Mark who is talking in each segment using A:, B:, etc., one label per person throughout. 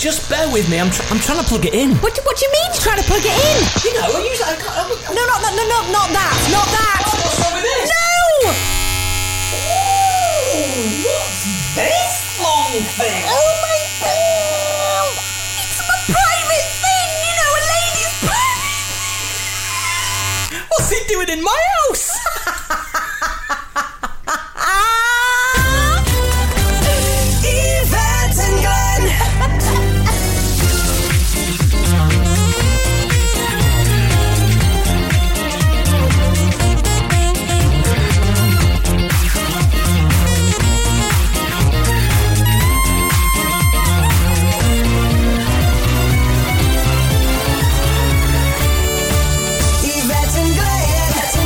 A: Just bear with me. I'm, tr- I'm trying to plug it in.
B: What do, what do you mean you're trying to plug it in?
A: You know, I usually I can't. I'm,
B: No, no, no, no, no, not that, not that.
A: Oh, what's wrong with this?
B: No!
A: Ooh, what's this long thing?
B: Oh my God! It's my private thing, you know, a lady's private.
A: What's it doing in my house?
B: Yvette and Glenn.
C: Yvette and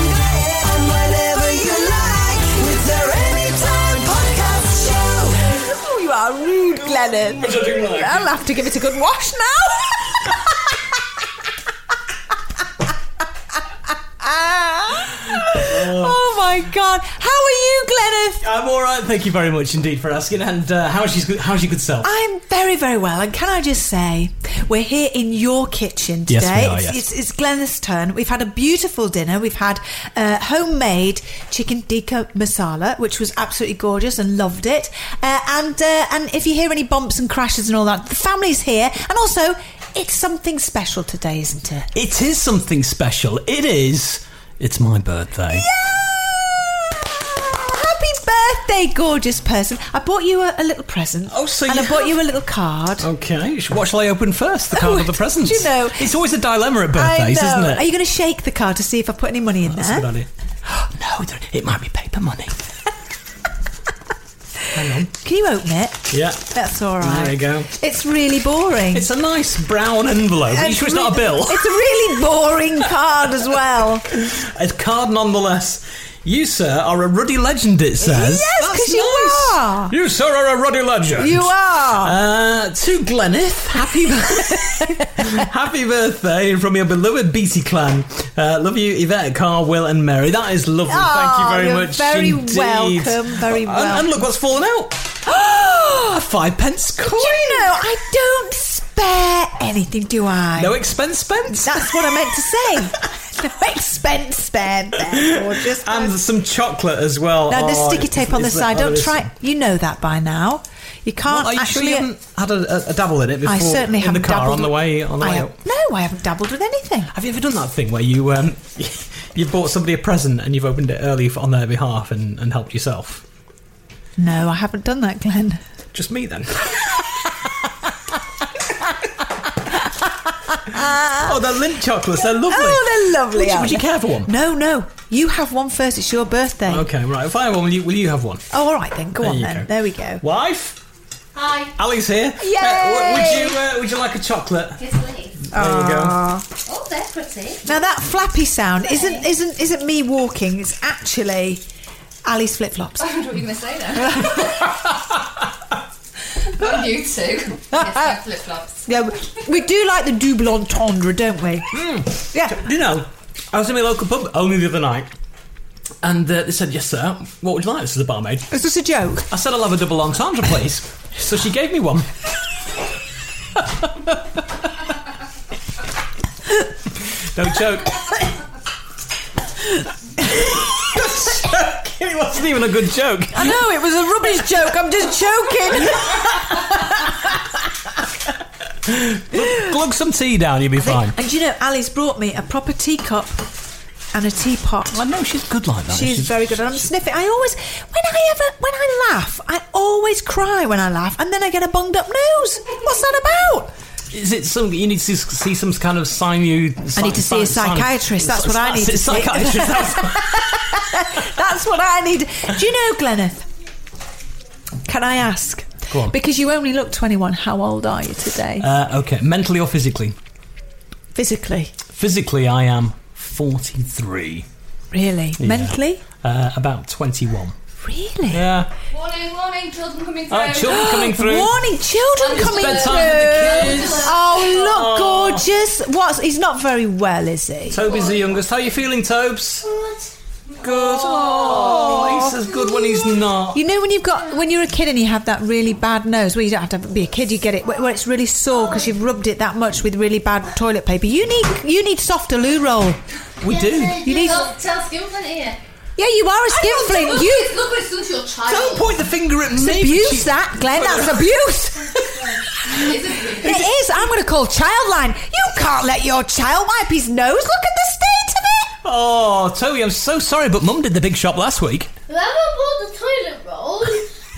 C: Glenn, on whatever you like with their Anytime podcast show.
B: Oh, you are rude, Glennon.
A: Which I do like.
B: I'll have to give it a good wash now. oh my God! How are you, Glenneth?
A: I'm all right. Thank you very much indeed for asking. And uh, how's your how's your good self?
B: I'm very, very well. And can I just say, we're here in your kitchen today.
A: Yes, we are,
B: it's,
A: yes.
B: it's, it's Glenna's turn. We've had a beautiful dinner. We've had uh, homemade chicken tikka masala, which was absolutely gorgeous and loved it. Uh, and uh, and if you hear any bumps and crashes and all that, the family's here. And also, it's something special today, isn't it?
A: It is something special. It is. It's my birthday.
B: Happy birthday, gorgeous person! I bought you a, a little present.
A: Oh, so
B: and
A: you
B: I bought
A: have-
B: you a little card.
A: Okay. sh- What shall I open first, the card or the
B: do
A: presents?
B: Oh, you know-
A: it's always a dilemma at
B: I
A: birthdays,
B: know.
A: isn't it?
B: Are you going to shake the card to see if I put any money in
A: That's a
B: there?
A: good idea. No, there- it might be paper money.
B: Can you open it?
A: Yeah.
B: That's all right.
A: There you go.
B: It's really boring.
A: It's a nice brown envelope. Are you
B: It's
A: sure it's not a
B: re-
A: bill?
B: It's a really boring card as well.
A: A card nonetheless. You, sir, are a ruddy legend, it says.
B: Yes,
A: That's
B: 'cause you
A: nice.
B: are.
A: You, sir, are a ruddy legend.
B: You are.
A: Uh, to Glenith, happy, happy birthday from your beloved Beatty clan. Uh, love you, Yvette, Carl, Will, and Mary. That is lovely. Thank you
B: Oh,
A: very
B: you're
A: much.
B: very
A: indeed.
B: welcome, very
A: And- And,
B: welcome.
A: look what's fallen out. a five pence coin.
B: you know, I don't spare anything, do I?
A: No expense spent.
B: That's what I meant to say. no expense spared there, gorgeous.
A: and some chocolate as well.
B: now there's
A: Oh,
B: sticky
A: it's-
B: tape on the
A: it's-
B: side.
A: oh,
B: Don't
A: it's-
B: try. You know that by now. You can't
A: Well, are you sure
B: actually.
A: you haven't had a, a, a dabble in it before?
B: I certainly
A: in
B: haven't
A: the car
B: dabbled
A: on the
B: with-
A: way on the
B: I
A: way
B: have-
A: out.
B: No, I haven't dabbled with anything.
A: Have you ever done that thing where you um, you bought somebody a present and you've opened it early f- on their behalf and, and helped yourself?
B: No, I haven't done that, Glenn.
A: Just me then. oh, they're lint chocolates. They're lovely.
B: Oh, they're lovely.
A: Would you,
B: aren't
A: would you
B: they?
A: care for one?
B: No, no. You have one first. It's your birthday.
A: Okay, right. If I have one, will you, will you have one?
B: Oh, all right then. Go
A: There
B: on
A: you
B: then.
A: go.
B: There we go.
A: Wife. Hi. Ali's here.
B: Yay!
A: Uh, w- would you uh, Would you like a chocolate?
D: Yes, please.
A: There you go.
D: Oh, they're pretty.
B: Now that flappy sound isn't isn't isn't me walking. It's actually Ali's flip flops.
D: I wonder what you're going to say there.
C: From you two. Yes, my flip flops.
B: Yeah, we- we do like the double entendre, don't we? Yeah.
A: You know, I was in my local pub only the other night, and uh, they said, "Yes, sir. What would you like?" This is the barmaid.
B: Is this a joke?
A: I said, "I'll have a double entendre, please." so she gave me one. Don't choke. it wasn't even a good joke.
B: I know it was a rubbish joke. I'm just joking.
A: Glug some tea down, you'll be fine.
B: And you know, Ali's brought me a proper teacup and a teapot.
A: I know Oh, she's good like that.
B: She's very good. And I'm sniffing. I always, when I ever, when I laugh, I always cry when I laugh, and then I get a bunged up nose. What's that about?
A: Is it some? You need to s- see some kind of sinew.
B: I need to see a psychiatrist. That's what I need to see.
A: Psychiatrist. That's,
B: That's what I need. Do you know, Glenneth? Can I ask?
A: Go on.
B: Because you only look 21. How old are you today?
A: uh, okay, mentally or physically?
B: Physically,
A: Physically, I am forty-three.
B: really? Mentally,
A: Uh, about twenty-one.
B: really?
A: Yeah.
C: Warning, warning, children coming through.
A: Oh, children coming through.
B: Warning, children
C: It's
B: coming
C: bedtime
B: through.
C: for the kids.
B: Oh, look, gorgeous. What's he's not very well, is he?
A: Toby's the youngest. How are you feeling, Tobes? Good. Good. Oh, he says good when he's not.
B: You know when you've got when you're a kid and you have that really bad nose. Well, you don't have to be a kid. You get it where where it's really sore because you've rubbed it that much with really bad toilet paper. You need you need softer loo roll.
A: We do.
B: You need.
C: Tell, tell Skimplin here.
B: Yeah, you are a
C: Look
B: skinflint.
C: what
B: You
C: it's- Look what it's done to your child.
A: Don't point the finger at
B: It's
A: me.
B: abuse
A: She-
B: that, Glenn. That's abuse.
C: It's a-
B: It is. I'm going to call Childline. You can't let your child wipe his nose. Look at the state of it.
A: Oh, Toby, I'm so sorry, but Mum did the big shop last week.
E: Whoever bought the toilet roll,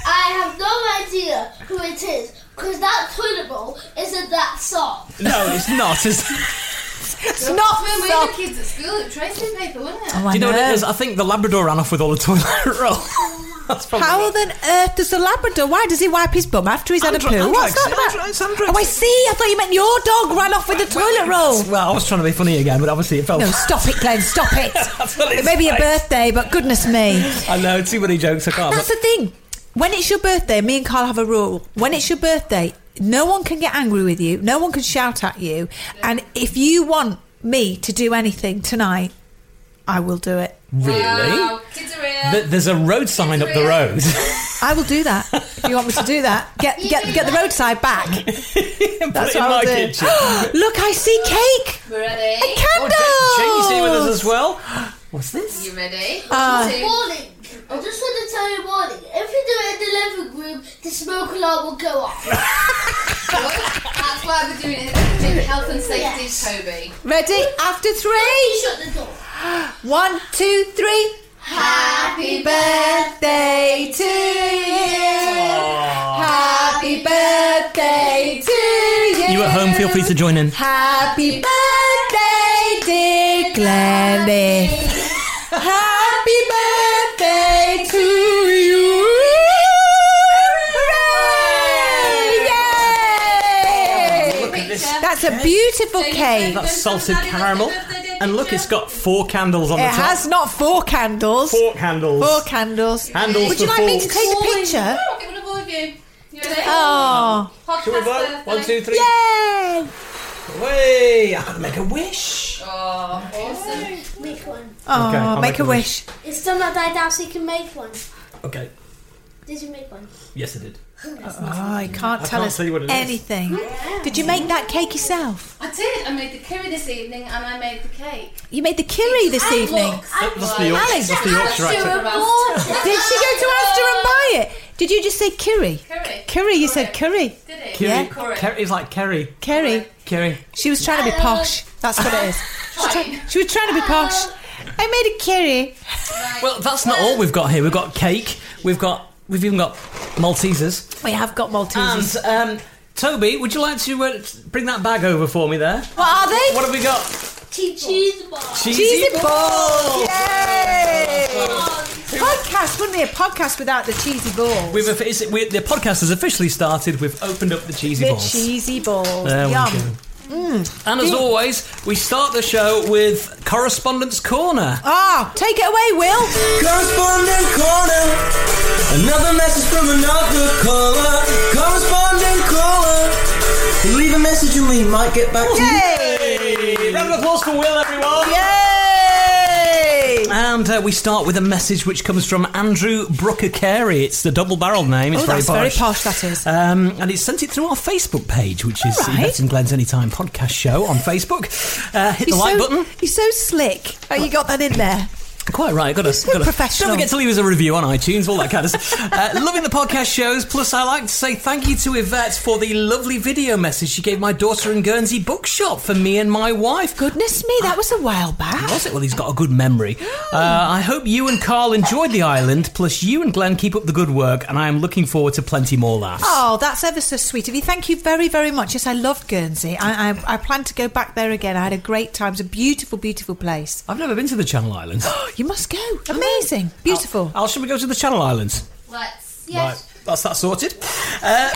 E: I have no idea who it is because that toilet roll isn't that soft.
A: No, it's not. It's-
B: It's not
C: When we
B: so.
C: were kids at school, it was tracing paper, wasn't it?
B: Oh, I
A: Do you know, what it is? I think the Labrador ran off with all the toilet roll. That's probably
B: How on earth does uh, the Labrador? Why does he wipe his bum after he's had a
A: Andro-
B: poo? What's
A: Andrex,
B: that about?
A: Andrex, Andrex.
B: Oh, I see. I thought you meant your dog ran off with the toilet roll.
A: Well, I was trying to be funny again, but obviously it fell.
B: No, stop it, Glenn. Stop it.
A: That's what
B: it
A: it's
B: may be a
A: like.
B: birthday, but goodness me.
A: I know too many jokes. I can't.
B: That's the thing. When it's your birthday, me and Carl have a rule. When it's your birthday, no one can get angry with you. No one can shout at you. And if you want me to do anything tonight, I will do it.
A: really?
C: Wow, kids are here.
A: Th- there's a road sign up the road.
B: I will do that. If you want me to do that, get get get the roadside back.
A: Put
B: That's
A: it in
B: what I'll
A: my
B: do.
A: kitchen.
B: Look, I see cake
C: We're ready.
B: and candles.
A: Jamie's here with us as well. What's this?
C: You ready?
B: Ah.
C: Two.
E: Warning! I just want to tell you warning. If you do it in the living room, the smoke alarm will go off.
C: That's why we're doing it. Doing health and safety,
E: Yes.
C: Toby.
B: Ready? After three.
E: Shut the door.
B: One, two, three. Happy birthday to you. Happy birthday to you.
A: You at home? Feel free to join in.
B: Happy birthday, dear Glenny. Happy birthday to you. Hooray! Yay!
A: Look at this.
B: That's a beautiful
C: Jamie,
B: cake.
A: That's salted caramel, and look, it's got four candles on
B: It
A: the top.
B: has not four candles.
A: four candles.
B: Four candles.
A: Handles
B: Would you
A: for
B: like me to
A: forks.
B: take a picture?
C: Oh, get rid of all of you. You ready?
B: Oh,
C: Podcast
A: Shall we blow?
C: birthday.
A: One, two, three.
B: yay!
A: Way! I gotta make a wish.
C: Oh, awesome.
E: Make one.
B: Oh,
A: Okay, I'll
B: make, a wish.
E: It's still not died down, so you can make one.
A: Okay.
E: Did you make one?
A: Yes, I did.
B: Oh, I can't tell
A: can't
B: us
A: tell you what it is.
B: anything. Did you make that cake yourself?
C: I did. I made the curry this evening and I made the cake.
B: You made the curry this
E: I
B: evening.
E: looked. I
A: That's the Yorkshire,
B: Alex,
A: that's the Yorkshire accent.
B: Did she go to Asda and buy it? Did you just say curry?
C: Curry.
B: Curry, you said curry.
C: Did it?
A: Kerry,
B: Yeah.
C: Curry.
A: Kerry's like Kerry.
B: Kerry.
A: Kerry.
B: She was trying to be posh. That's what it is. She was, try- she was trying to be posh. I made a curry.
A: Well, that's not all we've got here. We've got cake. We've got. We've even got Maltesers.
B: We have got Maltesers.
A: And um, Toby, would you like to uh, bring that bag over for me there?
B: What are they?
A: What have we got?
E: Cheese bar.
A: Cheesy,
B: Cheesy balls!
A: balls.
B: Yay! Podcast wouldn't be a podcast without the cheesy balls.
A: We've it's, we, the podcast has officially started. We've opened up the cheesy
B: the
A: balls.
B: cheesy balls.
A: There we
B: Yum. Mm.
A: go. And as always, we start the show with Correspondence Corner.
B: Ah, take it away, Will.
A: Correspondent Corner. Another message from another caller. Correspondent
F: messaging me might get back to
A: Yay!
F: you.
A: Round of applause for Will, everyone.
F: Yay!
A: And uh, we start with a message which comes from Andrew Brooker Carey. It's the double barreled name. It's
B: oh,
A: very
B: that's very
A: posh.
B: posh. That is.
A: Um, and it's sent it through our Facebook page, which is
B: All right.
A: Yvette and Glenn's Anytime Podcast Show on Facebook. Uh, hit
B: You're
A: the like
B: so,
A: button.
B: You're so slick. Oh, you got that in there.
A: Quite right. Got to, got to,
B: professional.
A: Don't forget to leave us a review on iTunes, all that kind of stuff. Uh, loving the podcast shows. Plus, I like to say thank you to Yvette for the lovely video message she gave my daughter in Guernsey Bookshop for me and my wife.
B: Goodness me, that was a while back.
A: Was it? Well, he's got a good memory. Uh, I hope you and Carl enjoyed the island. Plus, you and Glenn keep up the good work, and I am looking forward to plenty more laughs.
B: Oh, that's ever so sweet of you. Thank you very, very much. Yes, I love Guernsey. I, I, I plan to go back there again. I had a great time. It's a beautiful, beautiful place.
A: I've never been to the Channel Islands.
B: You must go. Oh. Amazing. Beautiful.
A: Al, should we go to the Channel Islands?
E: Let's.
A: Right, that's that sorted. Uh,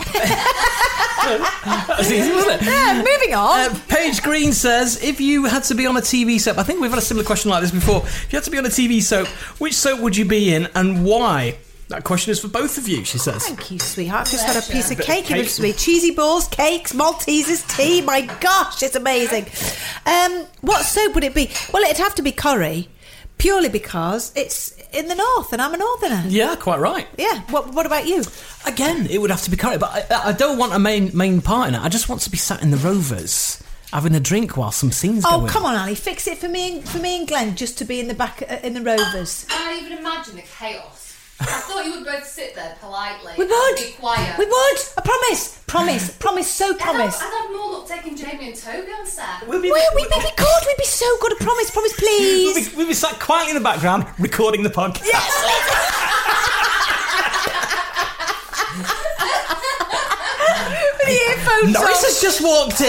A: that's easy, wasn't it?
B: Yeah, moving on.
A: Uh, Paige Green says, if you had to be on a TV soap, I think we've had a similar question like this before. If you had to be on a TV soap, which soap would you be in and why? That question is for both of you, she says.
B: Thank you, sweetheart. I've just had a piece of
A: Bit of
B: cake in
A: cake.
B: front of me. Cheesy balls, cakes, Maltesers, tea. My gosh, it's amazing. Um, what soap would it be? Well, it'd have to be curry, purely because it's in the north and I'm a northerner.
A: Yeah, quite right.
B: Yeah. What, what about you?
A: Again, it would have to be curry, but I, I don't want a main main part in it. I just want to be sat in the Rovers having a drink while some scenes go
B: Oh,
A: in.
B: come on, Ali. Fix it for me and for me and Glenn just to be in the back uh, in the Rovers.
E: I can't even imagine the chaos. I thought you would both sit there politely.
B: We would.
E: and Be quiet.
B: We would. I promise. Promise. Promise. So
E: I'd have,
B: promise.
E: I'd have more luck taking Jamie and Toby on set.
A: We'd
B: Well, we'd be good. We'd be so good. I promise. Promise,
A: We'll
B: please.
A: be, we'll be sat quietly in the background recording the podcast.
B: With the earphones
A: Norris
B: on.
A: has just walked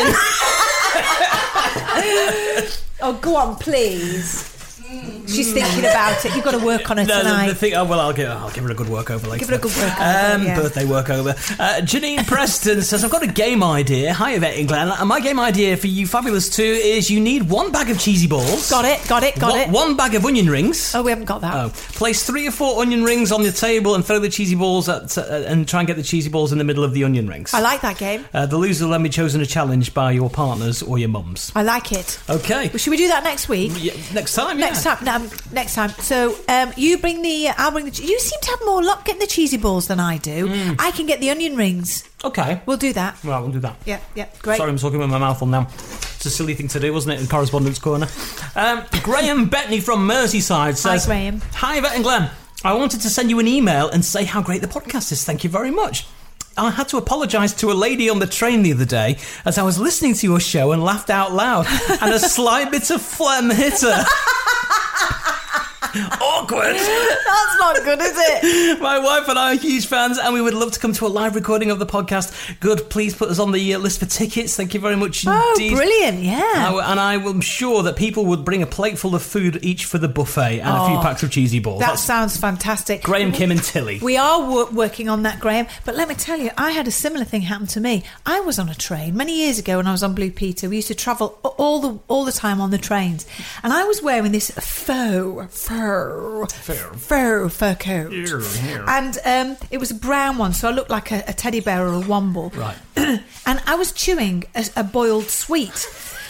A: in.
B: Oh, go on, please.
E: Mm.
B: She's thinking about it. You've got to work on it
A: No,
B: tonight.
A: the, the thing, oh, well, I'll give, I'll give her a good workover later.
B: Give her a good workover,
A: Um,
B: yeah.
A: Birthday workover. Uh, Janine Preston says, I've got a game idea. Hi, Yvette and Glenn. And My game idea for you, Fabulous 2, is you need one bag of cheesy balls.
B: Got it. Got it. Got
A: one,
B: it.
A: One bag of onion rings.
B: Oh, we haven't got that.
A: Oh. Place three or four onion rings on the table and throw the cheesy balls at, uh, and try and get the cheesy balls in the middle of the onion rings.
B: I like that game.
A: uh, the loser will then be chosen a challenge by your partners or your mums.
B: I like it.
A: Okay.
B: Well, should we do that next week?
A: Yeah, next time, yeah.
B: Next time, no, um, next time. So um, you bring the, I'll bring the. che- You seem to have more luck getting the cheesy balls than I do.
A: Mm.
B: I can get the onion rings.
A: Okay.
B: We'll do that.
A: Right, we'll do that.
B: Yeah, yeah, great.
A: Sorry, I'm talking with my mouth on now. It's a silly thing to do, wasn't it, in Correspondence Corner? Um, Graham Bettany from Merseyside says
B: Graham.
A: Hi, Yvette and Glenn. I wanted to send you an email and say how great the podcast is. Thank you very much. I had to apologise to a lady on the train the other day as I was listening to your show and laughed out loud, and a sly bit of phlegm hit her. Awkward.
B: That's not good, is it?
A: My wife and I are huge fans, and we would love to come to a live recording of the podcast. Good, please put us on the uh, list for tickets. Thank you very much
B: Oh,
A: indeed.
B: brilliant! Yeah.
A: I w- and I am sure that people would bring a plateful of food each for the buffet and a few
B: Oh,
A: packs of cheesy balls.
B: That
A: That's
B: sounds fantastic.
A: Graham, Kim, and Tilly.
B: We are wor- working on that, Graham. But let me tell you, I had a similar thing happen to me. I was on a train many years ago when I was on Blue Peter. We used to travel a- all the all the time on the trains, and I was wearing this faux faux faux fur coat, and um, it was a brown one, so I looked like a, a teddy bear or a womble.
A: Right.
B: and I was chewing a, a boiled sweet.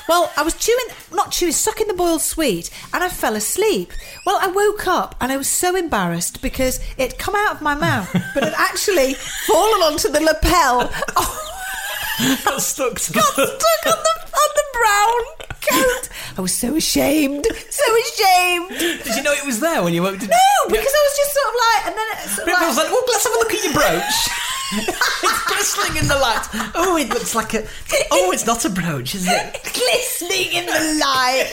B: Well, I was chewing, not chewing, sucking the boiled sweet, and I fell asleep. Well, I woke up and I was so embarrassed because it'd come out of my mouth, but had actually fallen onto the lapel. Oh,
A: got stuck to
B: got stuck on the on the brown coat. I was so ashamed, so ashamed.
A: Did you know it was there when you went? Did,
B: No, because I was just sort of like, and then it sort of
A: People was
B: like,
A: like, oh, let's have a look at your brooch. it's glistening in the light. Oh, it looks like a. Oh, it's not a brooch, is it?
B: glistening in the light.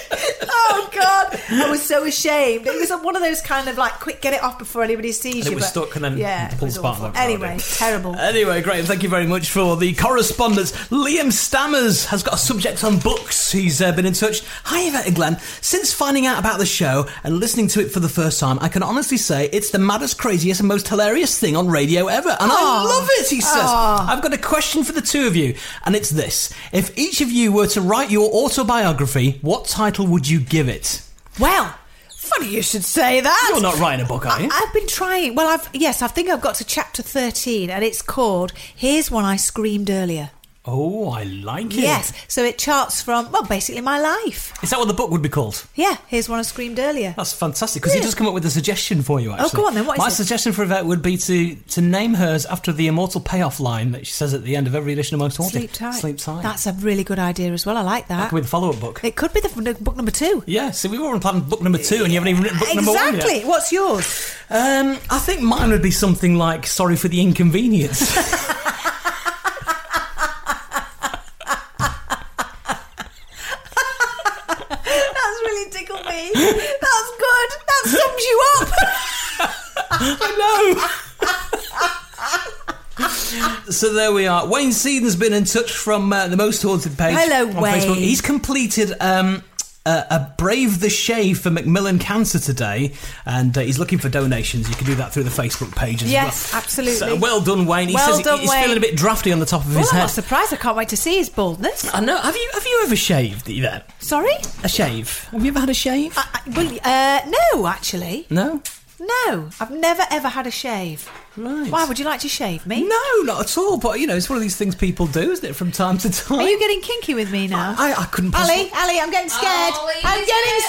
B: Oh God, I was so ashamed. It was one of those kind of like, quick, get it off before anybody sees you.
A: And it was
B: but-
A: stuck and then
B: yeah, it
A: pulled
B: was
A: apart
B: awful.
A: like a
B: Anyway,
A: rabbit.
B: terrible.
A: Anyway, Graham, thank you very much for the correspondence. Liam Stammers has got a subject on books. He's uh, been in touch. Hi, Yvette and Glenn. Since finding out about the show and listening to it for the first time, I can honestly say it's the maddest, craziest, and most hilarious thing on radio ever. And I
B: Aw.
A: love it, he says.
B: Aw.
A: I've got a question for the two of you, and it's this If each of you were to write your autobiography, what title would you give it?
B: Well, funny you should say that.
A: You're not writing a book, are you?
B: I, have been trying. Well, I've yes, I think I've got to chapter thirteen, and it's called "Here's One I Screamed Earlier."
A: Oh, I like it.
B: Yes. So it charts from, well, basically my life.
A: Is that what the book would be called?
B: Yeah, here's one I screamed earlier.
A: That's fantastic because he
B: Yeah.
A: does come up with a suggestion for you.
B: Oh,
A: Actually,
B: go on then, what is
A: My
B: it?
A: suggestion for Yvette would be to to name hers after the immortal payoff line that she says at the end of every edition of Most Haunted.
B: Sleep tight.
A: Sleep tight.
B: That's a really good idea as well. I like
A: that
B: that.
A: could be the follow up book.
B: It could be the f- book number two.
A: Yeah, so we were on plan book number two, and you haven't even written book number one yet.
B: Exactly. What's yours?
A: Um, I think mine would be something like "Sorry for the inconvenience."
B: That's really tickled me. That's good. That sums you up.
A: I know. so there we are. Wayne Seaton's been in touch from uh, the most haunted page.
B: Hello,
A: on
B: Wayne.
A: Facebook. He's completed. Um, uh, a brave the shave for Macmillan Cancer today, and uh, he's looking for donations. You can do that through the Facebook page as
B: Yes,
A: well.
B: absolutely.
A: So, well done, Wayne. He
B: Well
A: says he-
B: done,
A: he's
B: Wayne.
A: feeling a bit drafty on the top of
B: Well,
A: his
B: I'm
A: head.
B: not surprised. I can't wait to see his baldness.
A: I know. Have you have you ever shaved? Yvette?
B: Sorry?
A: Uh, A shave? Have you ever had a shave?
B: I, I, well, uh, no, actually.
A: No.
B: No, I've never ever had a shave.
A: Right.
B: Why would you like to shave me?
A: No, not at all. But you know, it's one of these things people do, isn't it? From time to time.
B: Are you getting kinky with me now?
A: I, I couldn't. possibly-
B: Ali, Ali, I'm getting scared.
C: Oh, he's
B: I'm getting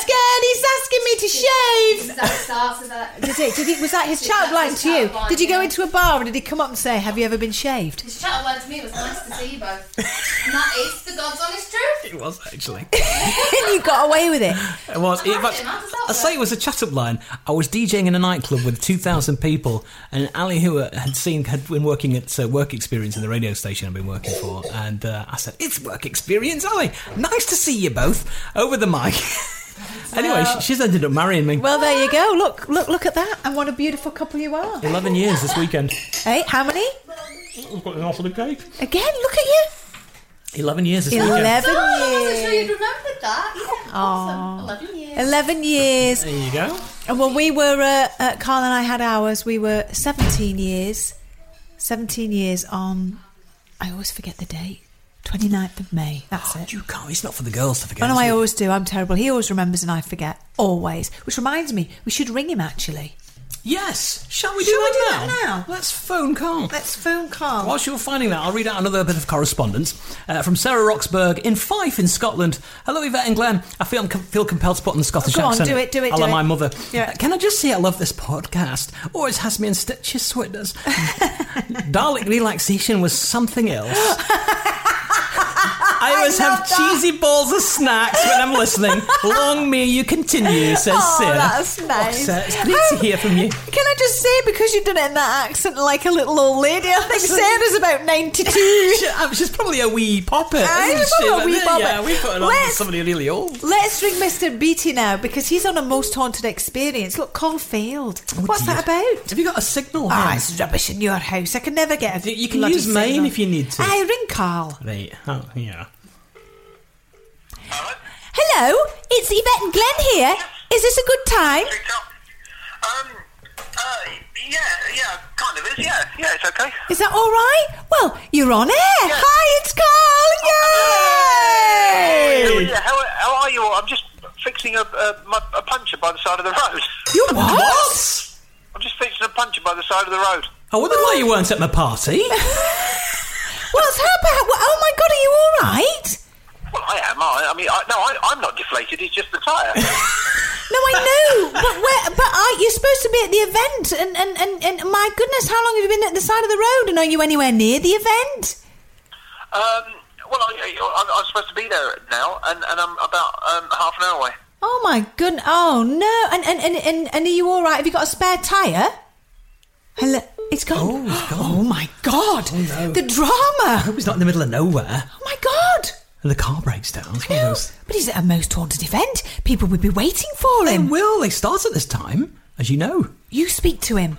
C: scared.
B: scared. He's asking me to shave.
C: Is that starts? Is that?
B: Did he, did he, was that his child lying to you? Did you go into a bar and did he come up and say, "Have you ever been shaved"?
C: His chat line to me it was nice to see you both. And that is the God's honest truth.
A: It was actually.
B: and you got away with it.
A: It was. In fact, I say it was a chat up line. I was DJing in a nightclub with 2,000 people, and Ali Hua had seen had been working at uh, work experience in the radio station I've been working for, and uh, I said, "It's work experience, Ali. Nice to see you both over the mic." anyway, she, she's ended up marrying me.
B: Well, there you go. Look, look, look at that, and what a beautiful couple you are.
A: 11 years this weekend.
B: Hey, how many?
A: I've got an awful cake.
B: Again, look at you.
A: 11 years this weekend.
B: Eleven
C: Oh, I wasn't sure
B: years.
C: you'd remembered that. Yeah, awesome. Eleven years.
B: Eleven years.
A: There you go.
B: And when we were, uh, uh, Carl and I had ours, we were 17 years, 17 years on, I always forget the date, 29th of May. That's it.
A: You can't. It's not for the girls to forget.
B: Oh no,
A: is
B: I
A: it?
B: always do. I'm terrible. He always remembers and I forget. Always. Which reminds me, we should ring him actually.
A: Yes. Shall we do,
B: Shall we
A: that,
B: do
A: now?
B: that now?
A: Let's phone Carl.
B: Let's phone Carl.
A: Whilst you're finding that, I'll read out another bit of correspondence uh, from Sarah Roxburgh in Fife, in Scotland. Hello, Yvette and Glenn. I feel, feel compelled to put on the Scottish
B: Go on,
A: accent.
B: do it, do it,
A: I
B: do
A: love
B: it.
A: my mother.
B: Yeah.
A: Uh, Can I just say I love this podcast? Always has me in stitches, so it does. Dalek relaxation was something else. I always have cheesy balls of snacks when I'm listening. Long may you continue, says
B: Oh,
A: Sarah.
B: that's nice.
A: Sarah, it's great to hear from you.
B: Can I just say, because you've done it in that accent like a little old lady, I think Sarah's about 92.
A: She- um, she's probably a wee poppet.
B: I'm
A: isn't she?
B: probably a wee
A: But there- Yeah,
B: poppet.
A: we put it on
B: Let's-
A: somebody really old.
B: Let's ring Mr. Beatty now because he's on a most haunted experience. Look, Carl failed.
A: Oh,
B: What's that about?
A: Have you got a signal?
B: Ah,
A: hand?
B: it's rubbish in your house. I can never get a.
A: You- you can
B: bloody
A: use mine
B: signal.
A: if you need to.
B: Aye, ring Carl.
A: Right. Oh, yeah.
B: Hello, it's Yvette and Glenn here. Is this a good time?
E: Um, uh, yeah, yeah, kind of is, yeah. Yeah, it's okay.
B: Is that all right? Well, you're on air. Hi, it's
E: Oh,
B: Carl. Yay!
E: Yeah, how, how are you? all? I'm just fixing a, a, my- a puncher by the side of the road.
B: You what?
E: I'm just fixing a puncher by the side of the road.
A: I wondered why you weren't at my party.
B: What's happened? Oh my God, are you all right?
E: Well, I am. I, I mean, I, no, I, I'm not deflated. It's just the tyre.
B: No, I know, but where, but I, you're supposed to be at the event, and, and, and, and my goodness, how long have you been at the side of the road, and are you anywhere near the event?
E: um, well, I, I, I'm supposed to be there now, and, and I'm about um, half an hour away.
B: Oh my goodness! Oh no! And and, and, and and are you all right? Have you got a spare tire? Hello, it's gone.
A: Oh, it's gone.
B: Oh my god! The
A: I
B: drama!
A: hope he's not in the middle of nowhere
B: Oh my god!
A: and the car breaks down. It's one of
B: No,
A: those-
B: but he's at a most haunted event. People would be waiting for
A: They
B: him.
A: will. They start at this time, as you know.
B: You speak to him.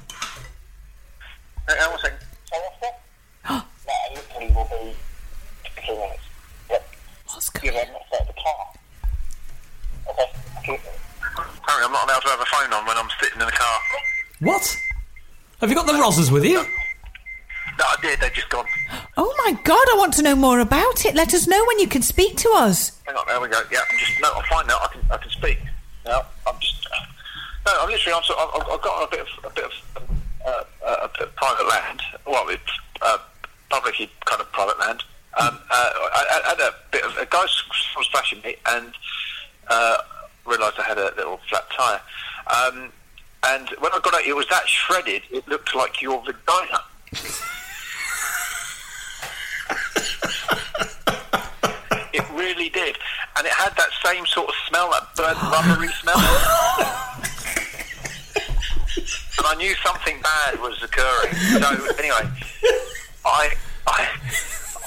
E: Hang on one second. literally will be two minutes. Yep.
B: What's going on?
E: Apparently, I'm not allowed to have a phone on when I'm sitting in the car.
A: What? Have you got the Rosas with you?
E: No, I did. They've just gone.
B: Oh my god! I want to know more about it. Let us know when you can speak to us.
E: Hang on, there we go. Yeah, I'm just no. I'm fine now. I can I can speak. No, I'm just uh, no. I'm literally. I'm. So, I've, I've got a bit of a bit of uh, uh, a bit of private land. Well, it's uh, publicly kind of private land.
B: um, uh, I, I had a bit of a guy was flashing me and uh, realised I had a little flat tyre. Um, and when I got out, it was that shredded. It looked like your vagina. it really did, and it had that same sort of smell, that burnt rubbery smell. and I knew something bad was occurring. So anyway, I I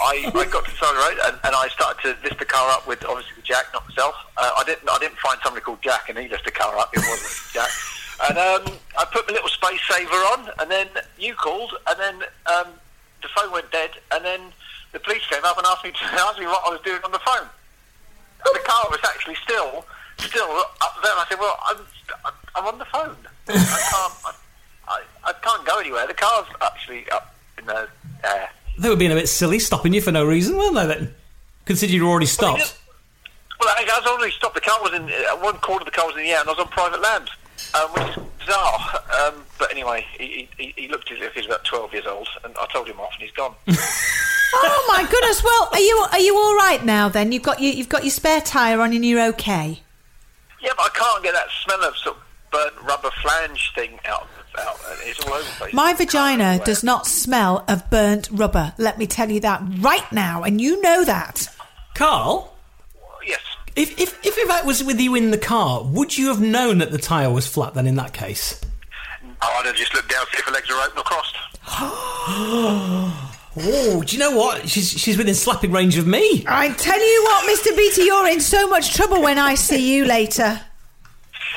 B: I, I got to the side of the road and, and I started to lift the car up with obviously with Jack, not myself. Uh, I didn't I didn't find somebody called Jack, and he lifted the car up. It wasn't Jack. And um, I put my little space saver on, and then you called, and then um, the phone went dead, and then the police came up and asked me to, asked me what I was doing on the phone. And the car was actually still still up there. And I said, "Well, I'm I'm on the phone. I can't I, I, I can't go anywhere. The car's actually up in the air."
A: They were being a bit silly, stopping you for no reason, weren't they? Then, consider you were already stopped.
B: Well, I, I was already stopped. The car was in uh, one corner of the car was in the air, and I was on private land, um, which is bizarre. Um, but anyway, he, he, he looked as if he was about twelve years old, and I told him off, and he's gone.
C: Oh my goodness! Well, are you are you all right now? Then you've got your you've got your spare tire on and you're okay.
B: Yeah, but I can't get that smell of sort of burnt rubber flange thing out. out. It's all over the place.
C: My vagina does not smell of burnt rubber. Let me tell you that right now, and you know that.
A: Carl?
B: Yes.
A: If, if, if Yvette was with you in the car, would you have known that the tyre was flat then in that case?
B: Oh, I'd have just looked down, see if her legs are open or crossed.
A: Oh, do you know what? She's, she's within slapping range of me.
C: I tell you what, Mr. Beatty, you're in so much trouble when I see you later.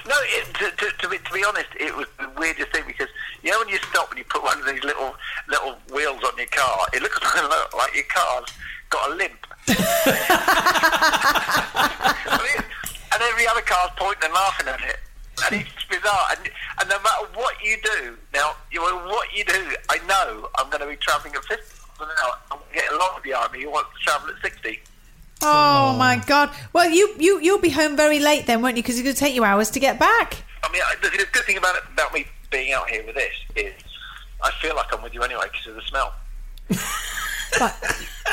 B: No, it, to, to, to, be, to be honest, it was the weirdest thing because you know when you stop and you put one of these little little wheels on your car, it looks like, like your car's got a limp. and, it, and every other car's pointing and laughing at it. And it's bizarre. And, and no matter what you do, now, you know, what you do, I know I'm going to be travelling at 50 miles an hour. I'm going to get a lot of the army who wants to travel at 60.
C: Oh, my god! Well, you you you'll be home very late then, won't you? Because it's going to take you hours to get back.
B: I mean, I- the, the good thing about it, about me being out here with this is I feel like I'm with you anyway because of the smell.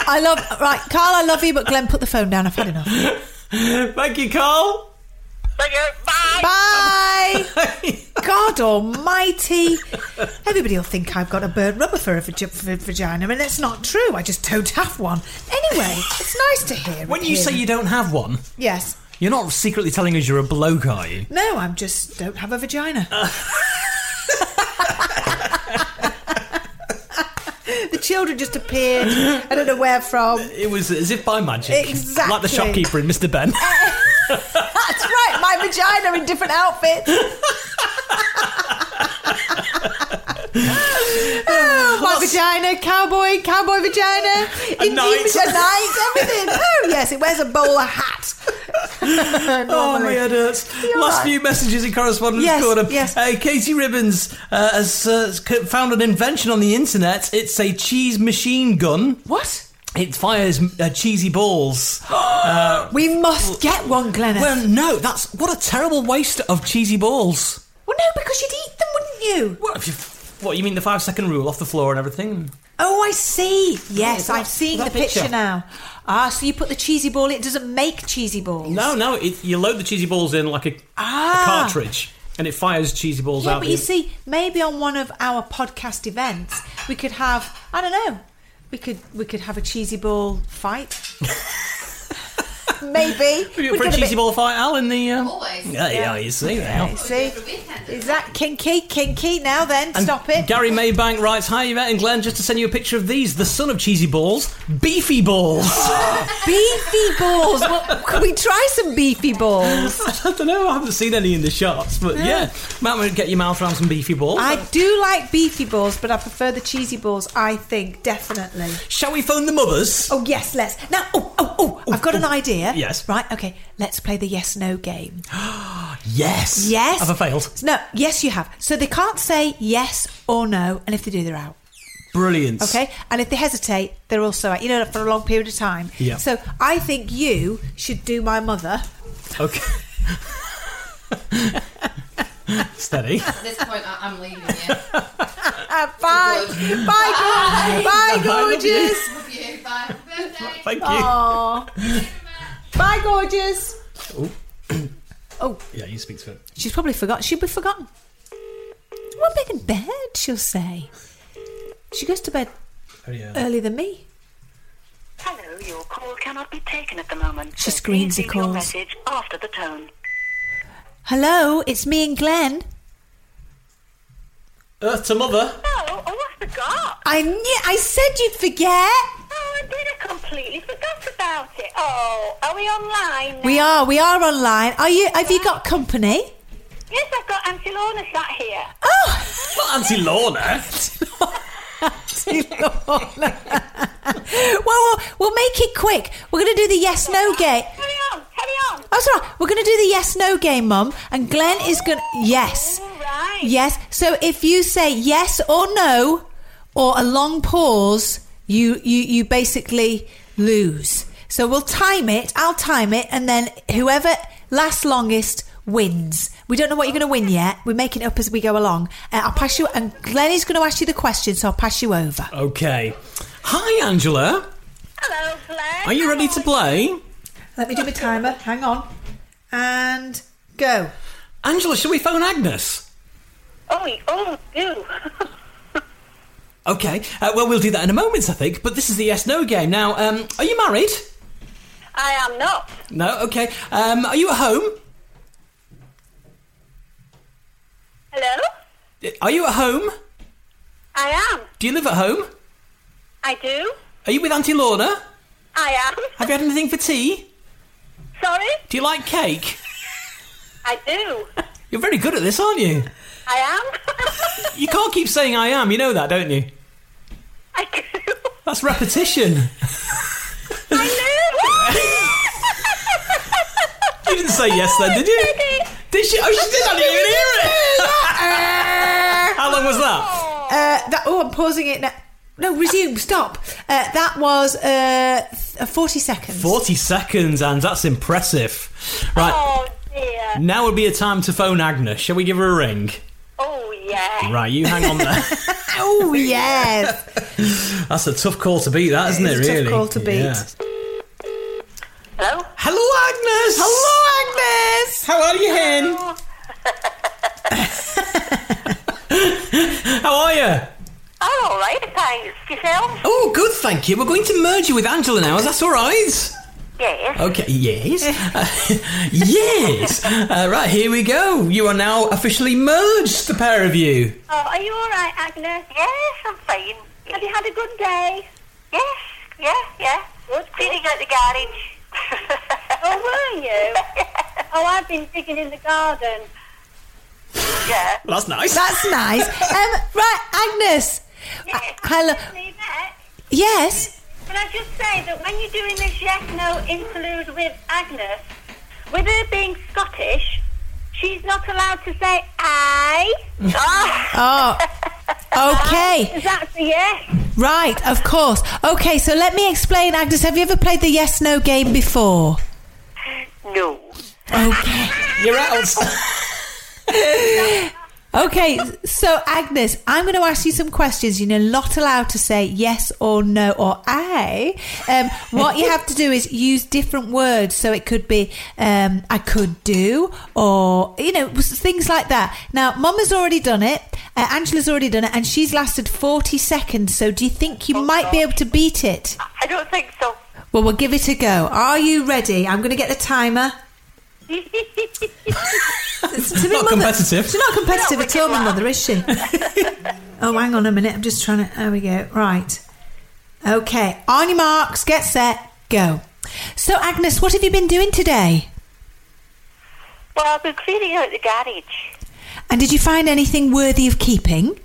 C: I love right, Carl. I love you, but Glenn, put the phone down. I've had enough.
A: Thank you, Carl.
B: Thank you. Bye.
C: Bye. God Almighty! Everybody will think I've got a burnt rubber for a vag- for a vagina, and it's not true. I just don't have one. Anyway, it's nice to hear.
A: When
C: it
A: you
C: here.
A: say you don't have one,
C: yes,
A: you're not secretly telling us you're a bloke, are you?
C: no, I'm just don't have a vagina.
A: Uh.
C: the children just appeared. I don't know where from.
A: It was as if by magic. Like
C: Exactly.
A: the shopkeeper in Mr. Ben.
C: That's right, my vagina in different outfits. Oh, my vagina, cowboy, cowboy vagina,
A: A
C: in-
A: knight.
C: in- a knight, everything. Oh yes, it wears a bowler hat.
A: Oh, my
C: Normally.
A: head hurts.
C: You're
A: Last
C: right.
A: few messages in correspondence
C: Yes,
A: corner.
C: yes.
A: Uh, Katie Ribbons uh, has uh, c- found an invention on the internet. It's a cheese machine gun.
C: What?
A: It fires uh, cheesy balls. uh,
C: we must get one, Glennis.
A: Well, no, that's what a terrible waste of cheesy balls.
C: Well, no, because you'd eat them, wouldn't you?
A: What? If you, what you mean the five second rule off the floor and everything?
C: Oh, I see. Yes,
A: Oh,
C: I've seen
A: that
C: the picture.
A: picture.
C: now. Ah, so you put the cheesy ball. in. It doesn't make cheesy balls.
A: No, Oh, no, it, you load the cheesy balls in like a,
C: Ah.
A: a cartridge, and it fires cheesy balls
C: Yeah,
A: out.
C: but
A: the-
C: you see, maybe on one of our podcast events, we could have I don't know, we could we could have a cheesy ball fight. maybe
A: Have you
C: We'd
A: got a
C: get a
A: cheesy
C: bit-
A: ball fight, Al, in the. Um...
D: Always.
A: Yeah, yeah, you see now.
C: See, is that kinky? Kinky now then? Stop it.
A: Gary Maybank writes, Hi, Yvette and Glenn, just to send you a picture of these. The son of cheesy balls, beefy balls.
C: beefy balls. Well, can we try some beefy balls?
A: I don't know, I haven't seen any in the shops, but yeah. Might want to get your mouth around some beefy balls.
C: I do like beefy balls, but I prefer the cheesy balls. I think definitely.
A: Shall we phone the mothers?
C: Oh yes, let's now. Oh oh oh! I've got an idea.
A: Yes.
C: Right. Okay. Let's play the yes no game.
A: Yes.
C: Yes.
A: Have I failed?
C: No, yes, you have. So they can't say yes or no, and if they do, they're out.
A: Brilliant.
C: Okay, and if they hesitate, they're also out. You know, for a long period of time.
A: Yeah.
C: So I think you should do my mother.
A: Okay. Steady.
D: At this point, I- I'm leaving you.
C: Uh, bye. bye,
D: Bye.
C: bye, bye,
A: Bye, love you.
C: gorgeous.
D: Love you. Bye.
A: Thank you.
C: Aw. Bye, gorgeous. oh,
A: Yeah, you speak to him.
C: she's probably forgotten. She'll be forgotten. Well, I'm big in bed, she'll say. She goes to bed
A: Oh, yeah.
C: earlier than me.
G: Hello, your call cannot be taken at the moment.
C: She screens
G: Please
C: the
G: leave your
C: calls.
G: message after the tone.
C: Hello, it's me and Glenn.
A: Earth Uh, to mother.
G: Oh, oh, I forgot.
C: I knew, I said you'd forget.
G: Oh, I did. I completely forgot about it. Oh, are we online? now?
C: We are, we are online. Are you? Have you got company? Oh!
G: Yes, I've got Auntie Lorna sat here.
A: Not Auntie Lorna.
C: Lorna. well, well, we'll make it quick. We're going to do the yes no game.
G: Carry on, carry on.
C: Oh, sorry. We're going to do the yes no game, Mum. And Glenn is going to. Yes.
G: Right.
C: Yes. So if you say yes or no or a long pause, you, you, you basically lose. So we'll time it. I'll time it. And then whoever lasts longest wins. We don't know what you're going to win yet. We're making it up as we go along. Uh, I'll pass you. And Glenn is going to ask you the question. So I'll pass you over.
A: Okay. Hi, Angela.
G: Hello, Blair.
A: Are you ready to play?
C: Let me do my timer. Hang on. And go.
A: Angela, shall we phone Agnes?
G: Oh, we- oh, do.
A: Okay. Uh, well, we'll do that in a moment, I think. But this is the yes no game. Now, um, are you married?
G: I am not.
A: No? Okay. Um, are you at home?
G: Hello?
A: Are you at home?
G: I am.
A: Do you live at home?
G: I do.
A: Are you with Auntie Lorna?
G: I am.
A: Have you had anything for tea?
G: Sorry?
A: Do you like cake?
G: I do.
A: You're very good at this, aren't you?
G: I am.
A: You can't keep saying I am, you know that, don't you?
G: I do.
A: That's repetition.
G: I knew.
A: You didn't say yes then, did you? Did she? Oh, she did. I didn't even hear it. How long was that?
C: Uh, that oh, I'm pausing it now. No, resume. Stop. Uh, that was uh, th- uh, 40 seconds.
A: 40 seconds, and that's impressive. Right,
G: Oh dear.
A: now would be a time to phone Agnes. Shall we give her a ring?
G: Oh yeah.
A: Right, you hang on there.
C: Oh yes,
A: that's a tough call to beat, that isn't it,
C: It is a tough
A: really?
C: call to beat.
G: Hello.
A: Hello,
C: hello Agnes.
A: Agnes. How are you, hen? How are you?
G: I'm all right, thanks. Yourself?
A: Oh, good, thank you. We're going to merge you with Angela now. Is that all right?
G: Yes.
A: Okay, yes. Uh, yes. Uh, right, here we go. You are now officially merged, the pair of you.
G: Oh, are you all right, Agnes? Yes, I'm fine. Have you had a good day? Yes. Yeah. Yeah. Good. Cleaning out the garage. oh, were you? oh, I've been digging in the garden. Yeah.
A: Well, that's nice.
C: That's nice. Um, right, Agnes. Uh, hello.
G: Actually, Matt,
C: Yes.
G: Can I just say that when you're doing this yes no interlude with Agnes, with her being Scottish, she's not allowed to say I. Ah,
C: Oh.
G: Uh,
C: Okay.
G: that's a yes.
C: Right. Of course. Okay. So let me explain, Agnes. Have you ever played the yes no game before?
G: No.
C: Okay.
A: You're out.
C: Okay, so Agnes, I'm going to ask you some questions. You're not allowed to say yes or no or I. Um, what you have to do is use different words. So it could be um, I could do or, you know, s- things like that. Now, Mum has already done it. Uh, Angela's already done it and she's lasted 40 seconds. So do you think you might be able to beat it?
G: I don't think so.
C: Well, we'll give it a go. Are you ready? I'm going to get the timer. It's a bit
A: Not
C: mother-
A: competitive.
C: She's not competitive at all, my mother, is she? oh, hang on a minute. I'm just trying to. There we go. Right. Okay. On your marks, get set, go. So, Agnes, what have you been doing today?
G: well, I've been cleaning out the garage.
C: And did you find anything worthy of keeping?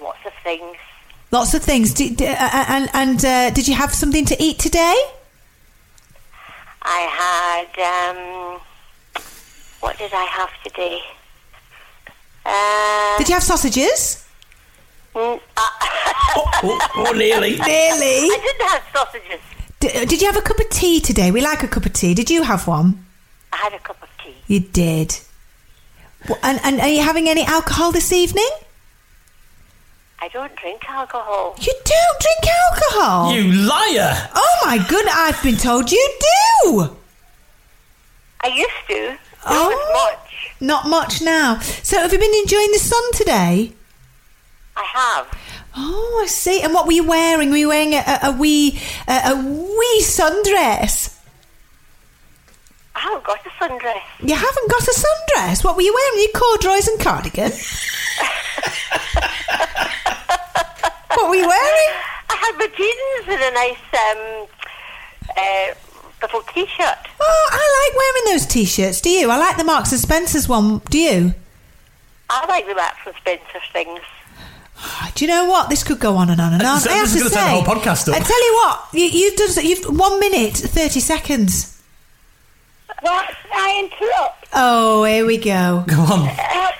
G: Lots of things.
C: Lots of things. Did, d- uh, uh, and and uh, did you have something to eat today?
G: I had, um, what did I have today? Uh,
C: Did you have sausages?
G: mm, I,
A: oh, oh, nearly.
C: Really?
G: I didn't have sausages.
C: D- uh, did you have a cup of tea today? We like a cup of tea. Did you have one?
G: I had a cup of tea.
C: You did. Wh- And, and are you having any alcohol this evening?
G: I don't drink alcohol.
C: You don't drink alcohol.
A: You liar!
C: Oh my good! I've been told you do.
G: I used to.
C: Oh, not much now. So, have you been enjoying the sun today?
G: I have.
C: Oh, I see. And what were you wearing? Were you wearing a, a, a wee a, a wee sundress?
G: I haven't got a Oh, sundress.
C: You haven't got a sundress. What were you wearing? Your corduroys and cardigan. what were you wearing?
G: I had my jeans and a nice um, uh, little t-shirt.
C: Oh, I like wearing those t-shirts. Do you? I like the Marks and Spencers one. Do you?
G: I like the Max and Spencer things.
C: Do you know what? This could go on and on and
A: Uh,
C: on.
A: so
C: I have
A: this
C: to
A: is gonna
C: say,
A: take the whole podcast up.
C: I tell you what, you, you've done. so- You've one minute thirty seconds.
G: What? I interrupt.
C: Oh, here we go.
A: Go on.
G: Uh,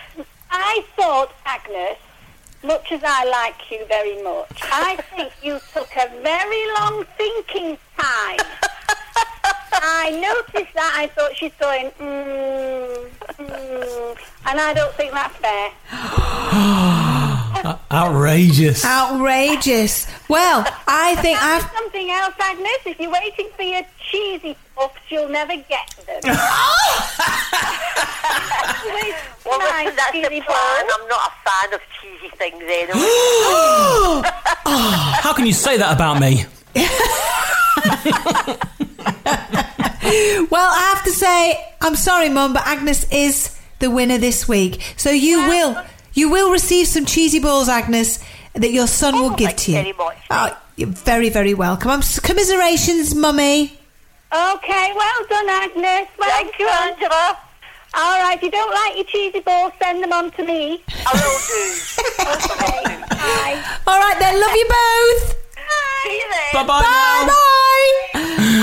G: I thought, Agnes, much as I like you very much, I think you took a very long thinking time. I noticed that. I thought she's going, mm, mm, and I don't think that's fair.
A: Outrageous.
C: Outrageous. Well, I think
G: Tell me
C: I've.
G: something else, Agnes. If you're waiting for your cheesy puffs, you'll never get them. well, listen, that's the plan. I'm not a fan of cheesy things anyway.
A: Ah, how can you say that about me?
C: Well, I have to say, I'm sorry, Mum, but Agnes is the winner this week. So you will, you will receive some cheesy balls, Agnes, that your son will give to you.
G: very much.
C: Oh, you're very, very welcome. I'm, s- commiserations, Mummy.
G: okay, well done, Agnes. Well Thank you, Angela. All right, if you don't like your cheesy balls, send them on to me. I will do. okay, bye.
C: All right, then. Love you both.
G: See you
A: Bye-bye
G: then.
A: now.
C: Bye.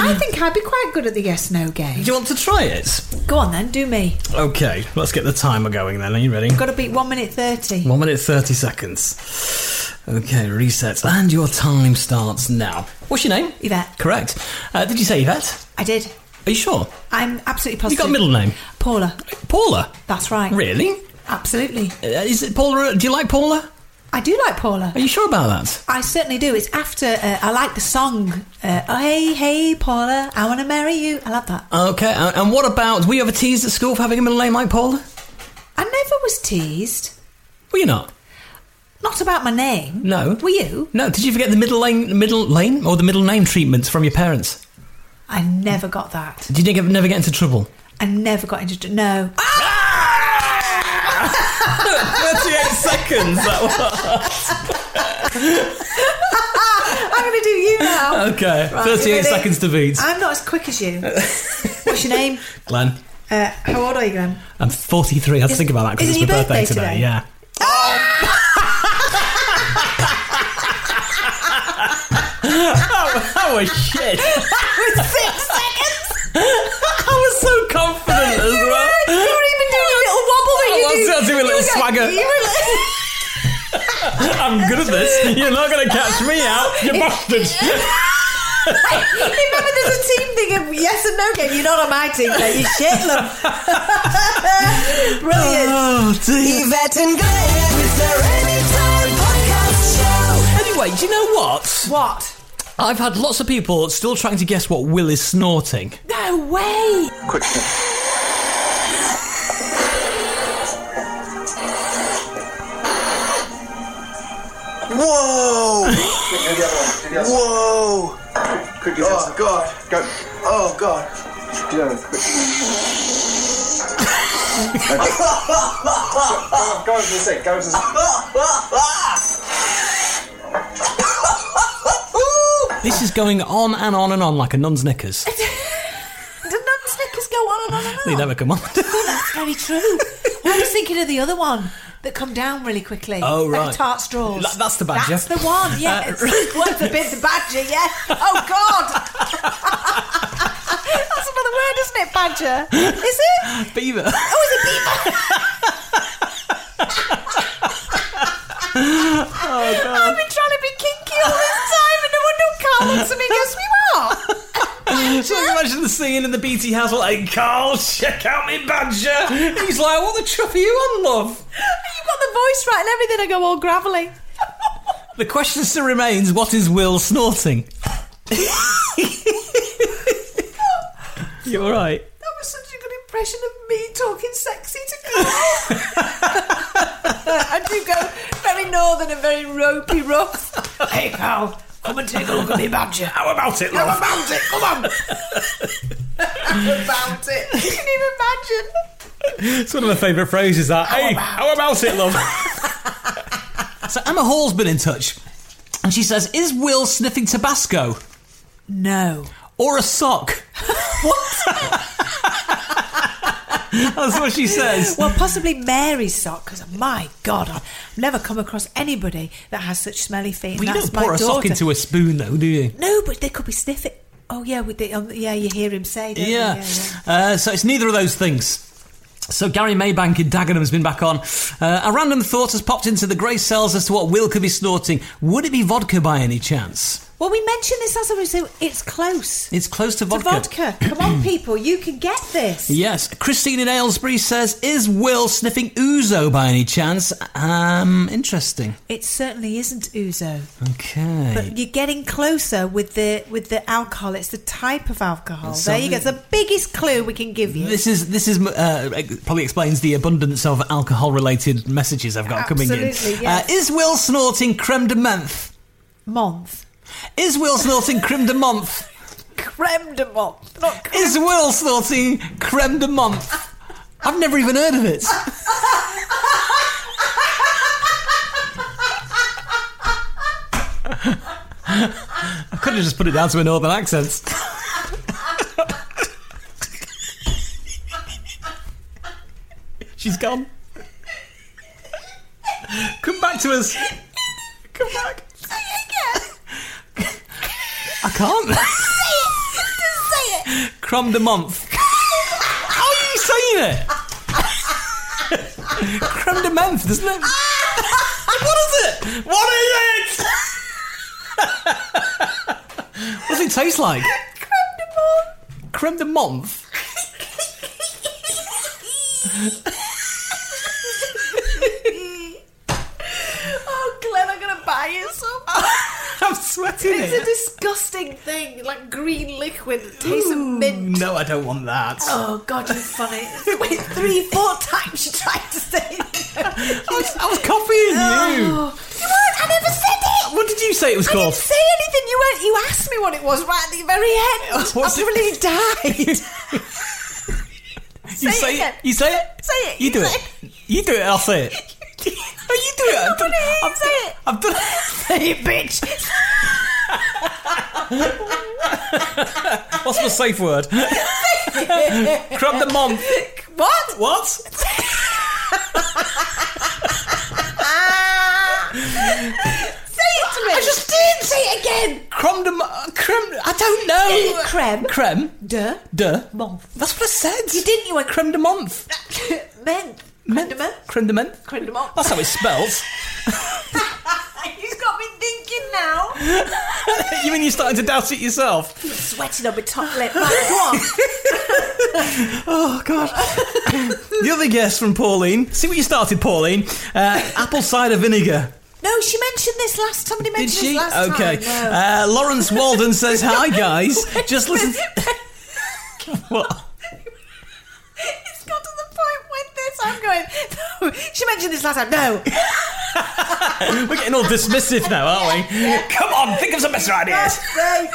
C: I think I'd be quite good at the yes no game.
A: Do you want to try it?
C: Go on then, do me.
A: Okay, let's get the timer going then. Are you ready?
C: Got to beat one minute thirty.
A: One minute thirty seconds. Okay, reset, and your time starts now. What's your name?
C: Yvette.
A: Correct. Uh, did you say Yvette?
C: I did.
A: Are you sure?
C: I'm absolutely
A: You
C: positive.
A: got a middle name?
C: Paula.
A: Paula.
C: That's right.
A: Really?
C: Absolutely.
A: Uh, is it Paula? Do you like Paula?
C: I do like Paula.
A: Are you sure about that?
C: I certainly do. It's after uh, I like the song. Uh, oh, hey, hey, Paula, I want to marry you. I love that.
A: Okay, uh, and what about? Were you ever teased at school for having a middle name like Paula?
C: I never was teased.
A: Were you not?
C: Not about my name.
A: No.
C: Were you?
A: No. Did you forget the middle lane, middle lane, or the middle name treatments from your parents?
C: I never got that.
A: Did you never, never get into trouble?
C: I never got into no.
A: Thirty-eight seconds.
C: I'm going to do you now.
A: Okay,
C: Right,
A: 38
C: you ready? Uh,
A: seconds to beat.
C: I'm not as quick as
A: Uh,
C: you. What's your name?
A: Glenn,
C: Uh, how old are you, Glenn?
A: I'm 43. I had to
C: Is-
A: think about that because
C: is
A: it's
C: it
A: my
C: your
A: birthday,
C: birthday
A: today.
C: today?
A: Yeah. Oh! that was shit.
C: six seconds.
A: I was so confident as well.
C: You were even doing a little wobble that
A: I
C: you
A: was,
C: do.
A: I was
C: You
A: doing a little
C: were going-
A: swagger.
C: You were like,
A: I'm good at this. You're not going to catch me out, you bastards.
C: remember there's a team thing of yes and no game. You're not on my team, though. You shit, love. Brilliant.
A: Oh, dear.
H: Yvette and Glenn with their Anytime Podcast Show.
A: Anyway, do you know what?
C: What?
A: I've had lots of people still trying to guess what Will is snorting.
C: No way.
I: Whoa! Whoa! oh God! Oh God! go into the sink. Go into the
A: This is going on and on and on like a nun's knickers.
C: Did not the Snickers go on and on and on?
A: They never come on.
C: That's very true. I was thinking of the other one that come down really quickly.
A: Oh,
C: Like
A: right.
C: tart straws.
A: That- that's the badger.
C: That's the one. Yeah,
A: Uh,
C: it's word for bit the badger. Yeah. Oh God. that's another word, isn't it? Badger. Is it?
A: Beaver.
C: Oh, is it beaver?
A: Oh,
C: I've been trying to be kinky all this time, and no wonder Carl looks at me and goes, "We are."
A: So imagine the scene in the BT house like, Carl, check out me badger. He's like, what the chuff are you on, love?
C: You've got the voice right and everything. I go all gravelly.
A: The question still remains: What is Will snorting? you all right?
C: That was such a good impression of me talking sexy to Carl. and you go very northern and very ropey rough. hey, Carl, come and take a look at the badger.
A: How about it,
C: How
A: love?
C: about it? Come on. How about it? Can you imagine?
A: It's one of my favourite phrases. That hey, how about it, love? so Emma Hall's been in touch, and she says, "Is Will sniffing Tabasco?"
C: No.
A: Or a sock? what? That's what she says.
C: Well, possibly Mary's sock, because my God, I've never come across anybody that has such smelly feet. and
A: Well, you
C: that's
A: don't
C: my
A: pour a sock
C: daughter.
A: into a spoon, though, do you?
C: No, but they could be sniffing. Oh yeah, with the um, yeah, you hear him say that.
A: Yeah. Uh, so it's neither of those things. So Gary Maybank in Dagenham's been back on. Uh, a random thought has popped into the grey cells as to what Will could be snorting. Would it be vodka by any chance?
C: Well, we mentioned this as I was saying. It's close.
A: It's close to
C: To
A: vodka.
C: vodka. Come on, people, you can get this.
A: Yes. Christine in Aylesbury says, "Is Will sniffing ouzo by any chance?" Um, interesting.
C: It certainly isn't ouzo,
A: Okay.
C: but you're getting closer with the with the alcohol. It's the type of alcohol.
A: It's
C: there you go. It's
A: something-
C: the biggest clue we can give you.
A: This is this is uh, probably explains the abundance of alcohol related messages I've got coming in.
C: Absolutely, yes.
A: Uh, is Will snorting creme de menthe?
C: Month.
A: Is Will snorting creme de menthe?
C: creme de menthe. Not
A: Is Will snorting creme de menthe? I've never even heard of it. I could have just put it down to a northern accent. She's gone. Come back to us. Come back.
H: Say it again.
A: I can't.
H: Say it. Just say it.
A: Crumb de month. How are you saying it? Crumb de month, isn't it? what is it? What is it? what does it taste like? Creme de month.
C: Oh, Glenn, I'm gonna buy you some.
A: I'm sweating.
C: It's
A: it.
C: a disgusting thing, like green liquid, that tastes of mint.
A: No, I don't want that.
C: Oh God, you're funny. Wait, three, four times you tried to say it.
A: I was, I was copying you.
C: Oh. You weren't. I never said it.
A: What did you say it was
C: I
A: called?
C: didn't say anything. You weren't. You asked me what it was right at the very end.
A: What's
C: I really died.
A: you
C: it
A: say
C: again.
A: You say it.
C: Say it.
A: You do
C: say
A: it. You do it. I'll say it. No, you do it. I've done it. I've say it. I've done
C: Say it, bitch.
A: What's my safe word? Crumb the month.
C: What?
A: What?
C: Say it to me. I just did. Say it again.
A: Crumb the mo- crumb. I don't know.
C: Creme.
A: Creme.
C: De.
A: Duh.
C: Month.
A: That's what I said.
C: You didn't. You went
A: Creme de month.
C: men. Creme.
A: Creme de month.
C: Creme de menthe.
A: That's how it's spelled.
C: You've got me thinking now.
A: you mean you're starting to doubt it yourself?
C: I'm sweating on my top lip. Right, go on.
A: Oh God! the other guess from Pauline. See what you started, Pauline. Uh, apple cider vinegar.
C: No, she mentioned this last. Somebody
A: Did
C: mentioned
A: she?
C: this last
A: okay.
C: time. No.
A: Uh, Lawrence Walden says hi, guys. Just listen. what?
C: It's got to the point with this. I'm going. No, she mentioned this last time. No.
A: We're getting all dismissive now, aren't we? Come on, think of some better ideas.
C: Say,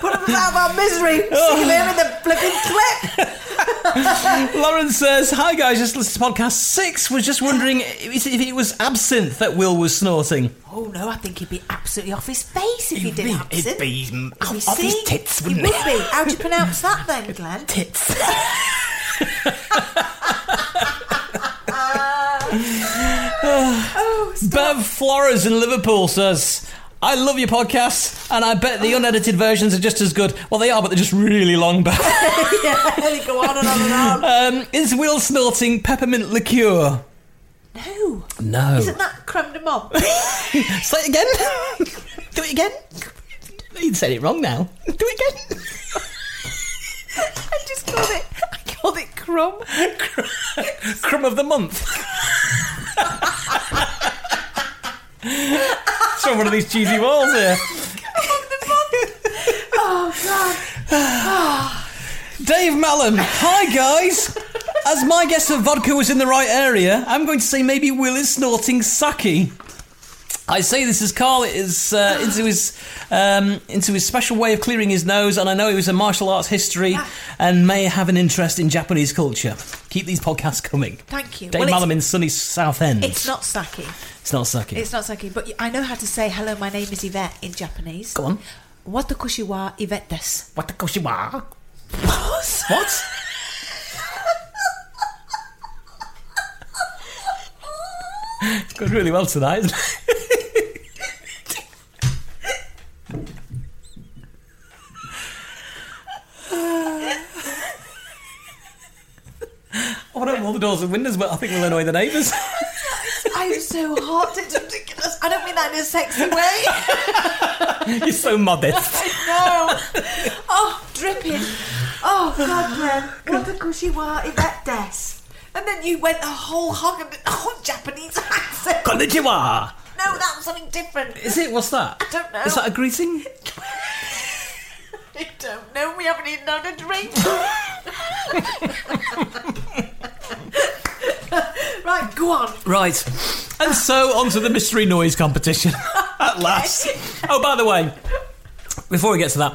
C: put us out of our misery. See you there in the flipping clip.
A: Lauren says, "Hi guys, just listened to podcast six. Was just wondering if if it was absinthe that Will was snorting.
C: Oh no, I think he'd be absolutely off his face if he did absinthe.
A: be
C: You see? He would be. How do you pronounce that then, Glenn?
A: Tits.
C: Oh,
A: Bev Flores in Liverpool says." I love your podcasts, and I bet the unedited versions are just as good. Well, they are, but they're just really long. Bev.
C: yeah, you go on and on and on.
A: um, is Will snorting peppermint liqueur?
C: No.
A: No.
C: Isn't that creme de menthe?
A: Say it again. Do it again. You said it wrong now. Do it again.
C: I just called it. I called it crumb.
A: Crumb of the month. It's on one of these cheesy walls here.
H: Oh god.
A: Dave Mallon, hi guys. As my guess of vodka was in the right area, I'm going to say maybe Will is snorting sake. I say this as Carl is uh, into his um, into his special way of clearing his nose, and I know he was a martial arts history
C: Ah.
A: and may have an interest in Japanese culture. Keep these podcasts coming.
C: Thank you.
A: Dave
C: Well, it's-
A: Mallam in sunny Southend.
C: It's not sake.
A: It's not sake.
C: It's not sake, but I know how to say hello. My name is Yvette in Japanese.
A: Go on.
C: Watakoshi wa Yvette desu.
A: Watakoshi wa.
C: What?
A: What? It's going really well tonight. Isn't it? I want to open all the doors and windows, but I think we'll annoy the neighbours.
C: I'm so hot. It's ridiculous. I don't mean that in a sexy way.
A: You're so modest.
C: No. Oh, dripping. Oh, God, man. What a cushy wa Yvette desu. And then you went the whole hog and oh, Japanese accent.
A: Konnichiwa.
C: No, that was something different.
A: Is it? What's that?
C: I don't know.
A: Is that a greeting?
C: I don't know. We haven't even had a drink. right, go on.
A: Right. And so on to the mystery noise competition at last. Oh, by the way, before we get to that,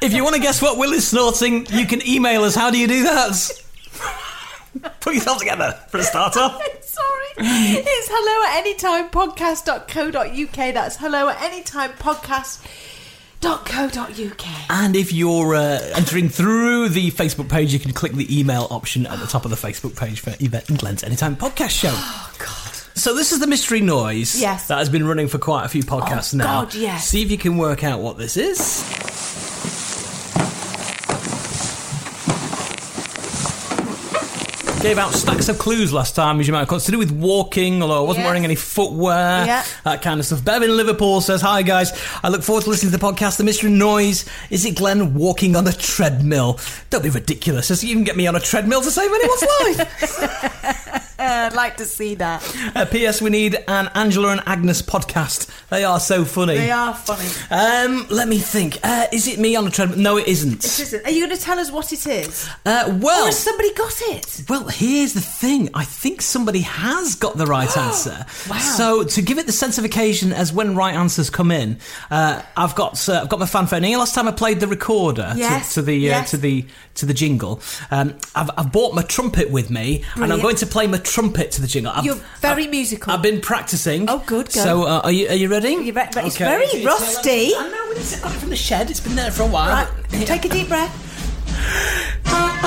A: if you want to guess what Will is snorting, you can email us. How do you do that? Put yourself together for a starter.
C: Sorry. It's hello at anytimepodcast.co.uk. That's hello at anytimepodcast.co.uk.
A: And if you're uh, entering through the Facebook page, you can click the email option at the top of the Facebook page for Yvette and Glenn's Anytime Podcast Show. Oh, God. So this is the mystery noise
C: Yes.
A: that has been running for quite a few podcasts
C: Oh,
A: now.
C: God, yes.
A: See if you can work out what this is. Gave out stacks of clues last time, as you might have considered, with walking, although I wasn't
C: Yes.
A: wearing any footwear,
C: Yeah.
A: that kind of stuff. Bev in Liverpool says, Hi guys, I look forward to listening to the podcast, The Mystery Noise. Is it Glenn walking on a treadmill? Don't be ridiculous. Does he even get me on a treadmill to save anyone's life?
C: I'd like to see that.
A: Uh, P.S. We need an Angela and Agnes podcast. They are so funny.
C: They are Ah, funny.
A: Um, let me think. Uh, is it me on a treadmill? No, it isn't.
C: It isn't. Are you going to tell us what it is?
A: Uh, well,
C: Or has somebody got it?
A: Well, here's the thing. I think somebody has got the right answer. wow. So to give it the sense of occasion as when right answers come in, uh, I've got uh, I've got my fan phone. Now, Last time I played the recorder to-
H: Yes,
A: to, the uh,
H: yes.
A: to the to the jingle, um, I've, I've bought my trumpet with me, and I'm
C: Brilliant.
A: going to play my trumpet to the jingle. I've,
C: You're very musical.
A: I've been practicing. Oh, good.
C: go.
A: So uh, are you are you ready?
C: You're re- but it's very rusty.
A: uh, I know, it's got it from the shed. It's been there for a while.
C: Right, take a deep breath. Oh,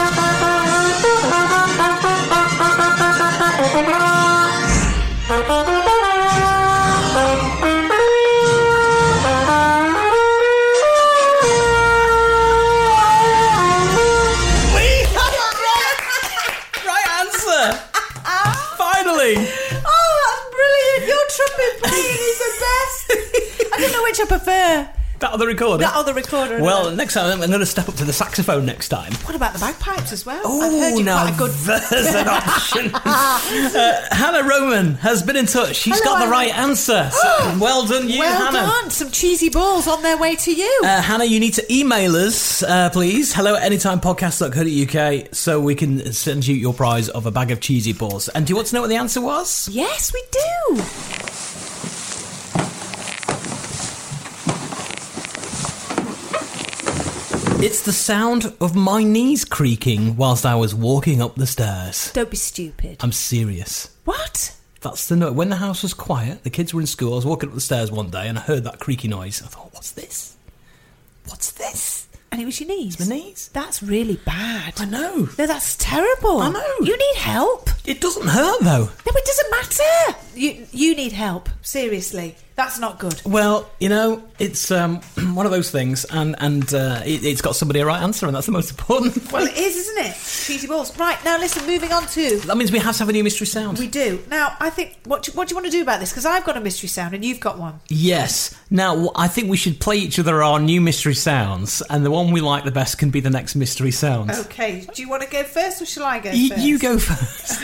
A: Right answer. Finally.
C: Oh, that's brilliant. Your trumpet playing is the best. I don't know which I prefer.
A: That other recorder.
C: That other recorder.
A: Well, next time I'm going to step up to the saxophone next time.
C: what about the bagpipes as well?
A: Oh,
C: I've heard you
A: now
C: quite a good.
A: there's an option. Uh, Hannah Roman has been in touch. She's
C: Hello,
A: got the
C: Hannah.
A: right answer. So, well done, you,
C: well
A: Hannah.
C: done. Some cheesy balls on their way to you.
A: Uh, Hannah, you need to email us, uh, please. Hello at anytimepodcast.co.uk so we can send you your prize of a bag of cheesy balls. And do you want to know what the answer was?
C: yes, we do.
A: It's the sound of my knees creaking whilst I was walking up the stairs.
C: Don't be stupid.
A: I'm serious.
C: What?
A: That's the note. When the house was quiet, the kids were in school. I was walking up the stairs one day and I heard that creaky noise. I thought, what's this? What's this?
C: And it was your knees.
A: my knees.
C: That's really bad.
A: I know.
C: No, that's terrible.
A: I know.
C: You need help.
A: It doesn't hurt though.
C: No, it doesn't matter. You you need help. Seriously, that's not good.
A: Well, you know, it's um, one of those things, and and uh, it, it's got somebody a right answer, and that's the most important. thing.
C: Well, it is, isn't it? Cheesy balls. Right now, listen. Moving on to
A: that means we have to have a new mystery sound.
C: we do now. I think what do, what do you want to do about this? Because I've got a mystery sound and you've got one.
A: Yes. Now, wh- I think we should play each other our new mystery sounds, and the one we like the best can be the next mystery sound.
C: Okay. Do you want to go first or shall I go
A: Y-
C: first?
A: you go first.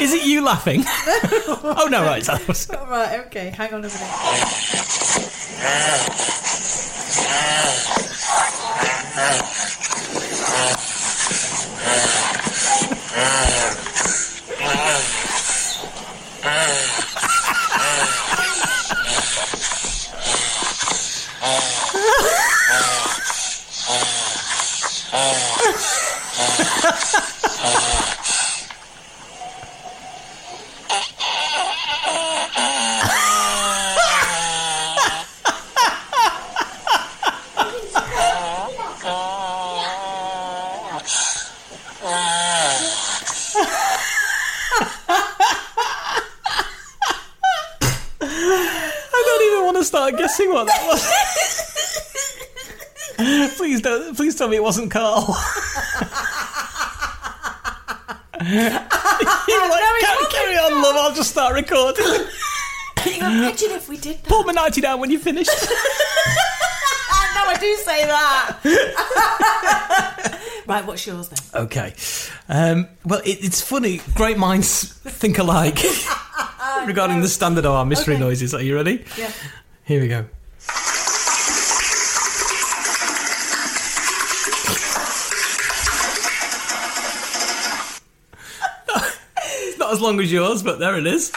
A: Is it you laughing? oh no, right. that was-
C: All right, okay, hang on a minute.
A: I don't even want to start guessing what that was. please don't. Please tell me it wasn't Carl. You're like, "Ca- carry on, love. I'll just start recording.
C: Can you imagine if we did
A: Pull my ninety down when you finish.
C: no, I do say that. right, what's yours then?
A: okay. Um, well, it, it's funny. Great minds think alike regarding the standard of our mystery noises. Are you ready?
C: Yeah.
A: Here we go. it's not as long as yours, but there it is.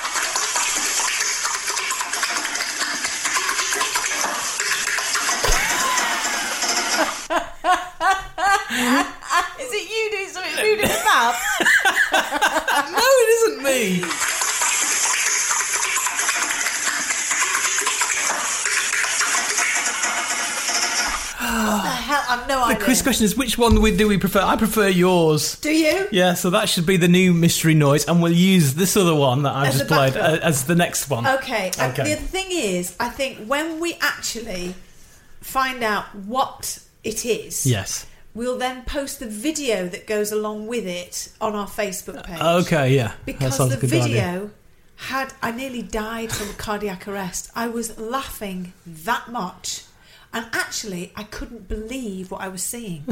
C: Is it you doing something rude in the mouth?
A: no, it isn't me.
C: what the hell? I've no
A: The
C: idea.
A: quiz question is which one we- do we prefer? I prefer yours.
C: Do you?
A: Yeah, so that should be the new mystery noise, and we'll use this other one that I
C: As
A: just
C: the
A: played
C: background.
A: uh, as the next one.
C: Okay. and
A: Okay.
C: the other thing is, I think when we actually find out what it is,
A: Yes.
C: we'll then post the video that goes along with it on our Facebook page.
A: Okay, yeah. That
C: Because
A: sounds
C: the
A: like a good
C: video
A: idea.
C: had I nearly died from cardiac arrest. I was laughing that much. And actually I couldn't believe what I was seeing.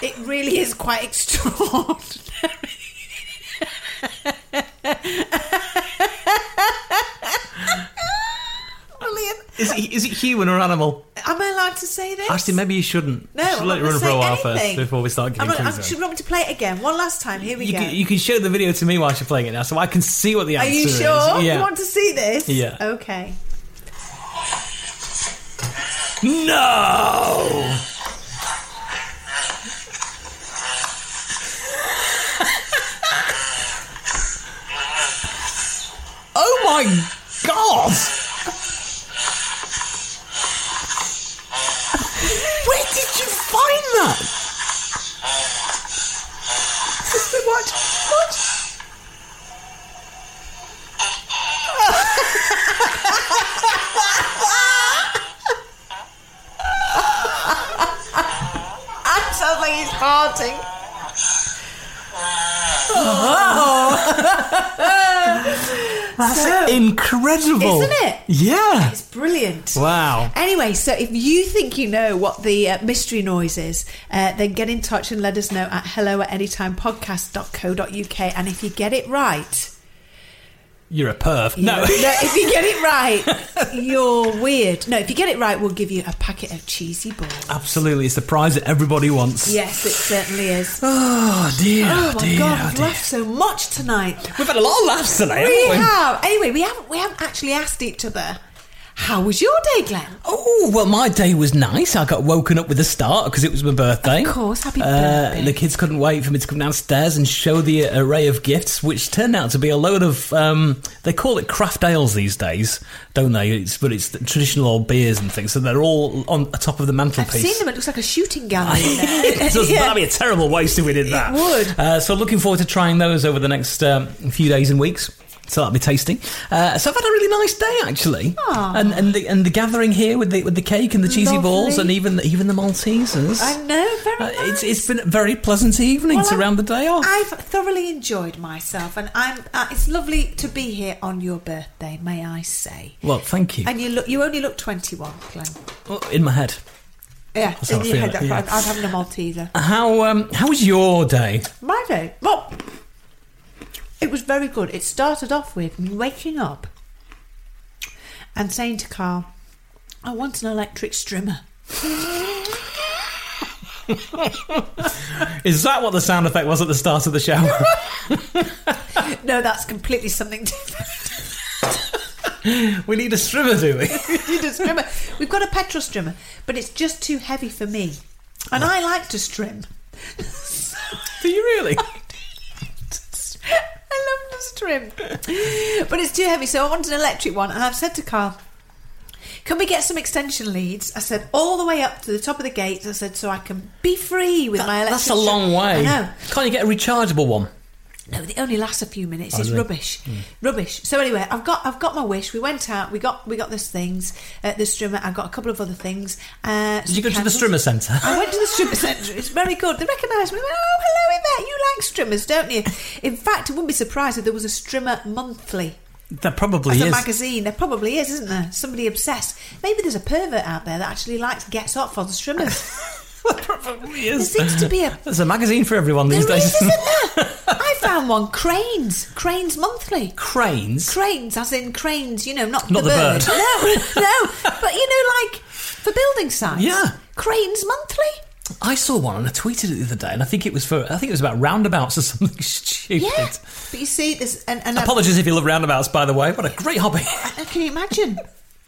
C: it really is quite extraordinary. Brilliant.
A: Is it, is it human or animal?
C: Am I allowed to say this?
A: Actually, maybe you shouldn't.
C: No,
A: Just
C: I'm not
A: let it run
C: gonna
A: for a
C: say
A: while first
C: anything.
A: before we start
C: I'm
A: giving
C: not,
A: clues.
C: I'm,
A: out.
C: should we want me to play it again? One last time. Here we
A: You
C: go.
A: can, you can show the video to me while you're playing it now, so I can see what the
C: Are
A: answer
C: you
A: is.
C: sure?
A: Yeah.
C: You want to see this?
A: Yeah.
C: Okay.
A: No. oh my god! Where did you find that?
C: What? What? That sounds like he's farting.
A: That's
C: So-
A: incredible,
C: Isn't it?
A: Yeah.
C: It's brilliant.
A: Wow.
C: Anyway, so if you think you know what the uh, mystery noise is, uh, then get in touch and let us know at hello at anytimepodcast.co.uk. And if you get it right,
A: You're a perv. no.
C: if you get it right, you're weird. No, if you get it right, we'll give you a packet of cheesy balls.
A: Absolutely, it's the prize that everybody wants.
C: Yes, it certainly is.
A: Oh dear,
C: Oh my
A: dear,
C: god,
A: dear.
C: we've laughed so much tonight.
A: We've had a lot of laughs tonight,
C: We
A: haven't we?
C: have. Anyway, we haven't we haven't actually asked each other. How was your day, Glenn?
A: Oh, well, my day was nice. I got woken up with a start because it was my birthday.
C: Of course, happy
A: Uh,
C: birthday.
A: the kids couldn't wait for me to come downstairs and show the array of gifts, which turned out to be a load of. Um, they call it craft ales these days, don't they? It's, but it's the traditional old beers and things, so they're all on top of the
C: I've
A: mantelpiece.
C: seen them. It looks like a shooting gallery.
A: it does,
C: Yeah.
A: That'd be a terrible waste if we did that.
C: would.
A: Uh, so looking forward to trying those over the next um, few days and weeks. So that'll be tasty. Uh, so I've had a really nice day actually,
C: Aw.
A: and and the and the gathering here with the with the cake and the cheesy balls and
C: Lovely.
A: even the, even the Maltesers.
C: I know. Very
A: Uh, it's
C: nice.
A: it's been a very pleasant evening
C: Well,
A: to
C: I'm-
A: round the day off.
C: I've thoroughly enjoyed myself, and I'm. Uh, it's lovely to be here on your birthday, may I say?
A: well, thank you.
C: And you look. You only look twenty-one, Glenn.
A: Oh, In my head.
C: Yeah,
A: That's how
C: in
A: I
C: your
A: feel,
C: head. That's
A: yeah.
C: right. I'm having a Malteser.
A: How um how was your day?
C: My day. Well, It was very good. It started off with me waking up and saying to Carl, I want an electric strimmer.
A: Is that what the sound effect was at the start of the show?
C: no, that's completely something different.
A: we need a strimmer, do we?
C: We need a strimmer. We've got a petrol strimmer, but it's just too heavy for me. And I like to strim.
A: Do you really?
C: I love to strim. But it's too heavy, so I want an electric one. And I've said to Carl, can we get some extension leads? I said, all the way up to the top of the gates. I said, so I can be free with my electric.
A: That's a long
C: strim."
A: way.
C: I know.
A: Can't you get a rechargeable one?
C: No, Oh, it only lasts a few minutes.
A: Oh,
C: It's
A: does it?
C: rubbish,
A: Mm.
C: rubbish. So anyway, I've got I've got my wish. We went out. We got we got this things. Uh, the strimmer. I got a couple of other things. Uh,
A: Did you go to the
C: candles.
A: strimmer centre?
C: I went to the strimmer centre. It's very good. They recognised me. They went, oh, hello, Yvette. You like strimmers, don't you? In fact, I wouldn't be surprised if there was a strimmer monthly.
A: There probably
C: As a
A: is.
C: magazine, there probably is, isn't there? Somebody obsessed. Maybe there's a pervert out there that actually likes gets off on strimmers.
A: probably is.
C: There seems to be a
A: There's a magazine for everyone these
C: There
A: days.
C: is, isn't there? I found one. Cranes. Cranes Monthly.
A: Cranes.
C: Cranes, as in cranes. You know, not,
A: Not
C: the,
A: the
C: bird.
A: bird.
C: no, no. But you know, like for building sites.
A: Yeah.
C: Cranes Monthly.
A: I saw one and I tweeted it the other day, and I think it was for I think it was about roundabouts or something stupid.
C: Yeah. But you see, there's and, and
A: Apologies if you love roundabouts, by the way. What a great hobby.
C: Uh, can you imagine?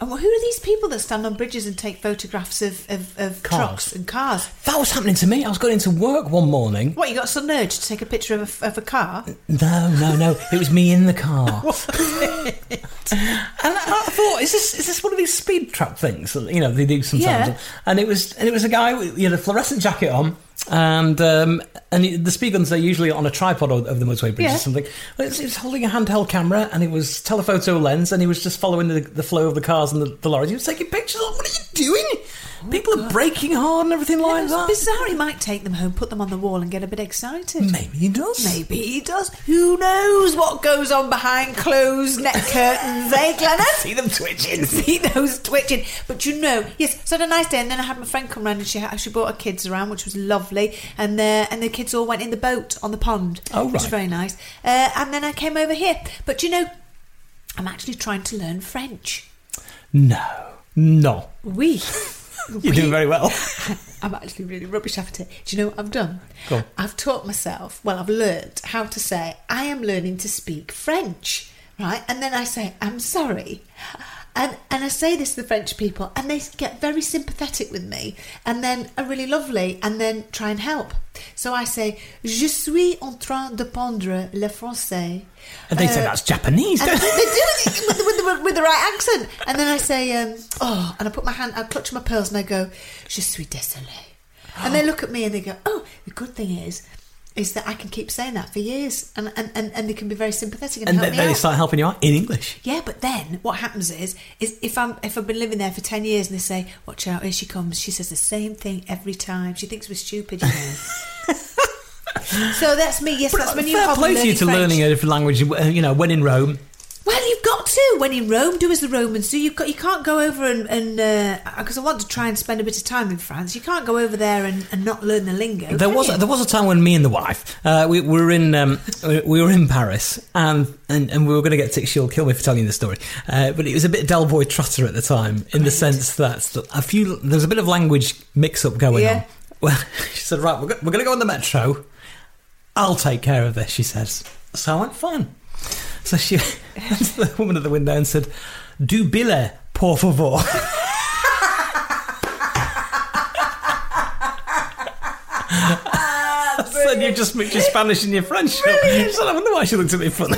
C: And who are these people that stand on bridges and take photographs of, of, of
A: Cars.
C: trucks and cars?
A: That was happening to me. I was going into work one morning.
C: What, you got some urge to take a picture of a, of a car?
A: No, no, no. It was me in the car.
C: What is it?
A: And I, I thought, is this is this one of these speed trap things that you know they do sometimes?
C: Yeah.
A: And it was and it was a guy with he had a fluorescent jacket on, and um, and he- the speed guns they're usually on a tripod o- over the motorway bridge
J: Yeah.
A: or something. But it was, it was holding a handheld camera and it was telephoto lens, and he was just following the, the flow of the cars and the, the lorries. He was taking pictures. Like, what are you doing?
C: Oh
A: People are breaking hard and everything like that.
C: Bizarre, he might take them home, put them on the wall, and get a bit excited.
A: Maybe he does.
C: Maybe he does. Who knows what goes on behind closed net curtains, eh, Glennon?
A: See them twitching.
C: See those twitching. But you know, yes. So I had a nice day, and then I had my friend come round, and she ha- she brought her kids around, which was lovely. And the and the kids all went in the boat on the pond.
A: Oh,
C: which was
A: right.
C: very nice. Uh, and then I came over here. But you know, I'm actually trying to learn French.
A: No, no.
C: We.
A: You're doing very well.
C: I'm actually really rubbish at it. Do you know what I've done?
A: Go on.
C: I've taught myself, well, I've learnt how to say, I am learning to speak French, right? And then I say, I'm sorry. And, and I say this to the French people, and they get very sympathetic with me, and then are really lovely, and then try and help. So I say, Je suis en train d'apprendre le français.
A: And they say
C: Uh,
A: that's Japanese.
C: and
A: don't
C: they do it with, with, with, with the right accent. And then I say, um, oh, and I put my hand, I clutch my pearls and I go, je suis désolée. And they look at me and they go, oh, the good thing is, is that I can keep saying that for years. And, and, and, and they can be very sympathetic and,
A: And
C: help
A: then,
C: me
A: then they
C: out.
A: start helping you out in English.
C: Yeah, but then what happens is, is if I'm if I've been living there for ten years and they say, "Watch out, here she comes," she says the same thing every time. She thinks we're stupid, you know. so that's me. Yes, that's my new
A: uh, Fair
C: hobby.
A: play to you to
C: French.
A: learning a different language. uh, You know, when in Rome,
C: Well, you've got to when in Rome do as the Romans do. You've got you can't go over and and because I want to try and spend a bit of time in France. You can't go over there and, and not learn the lingo.
A: there
C: can
A: was
C: you?
A: there was a time when me and the wife uh, we, we were in um, we- we were in Paris and and, and we were going to get ticked. She'll kill me for telling you this story, uh, but it was a bit Del Boy Trotter at the time in the sense that a few there was a bit of language mix up going
C: Yeah.
A: on. Well, she said, right, we're, go- we're going to go on the metro. I'll take care of this, she says. So I went, fine. So she went to the woman at the window and said, Du billet, por favor. I said, you've just mixed your Spanish and your French up. So I wonder why she looked at me funny.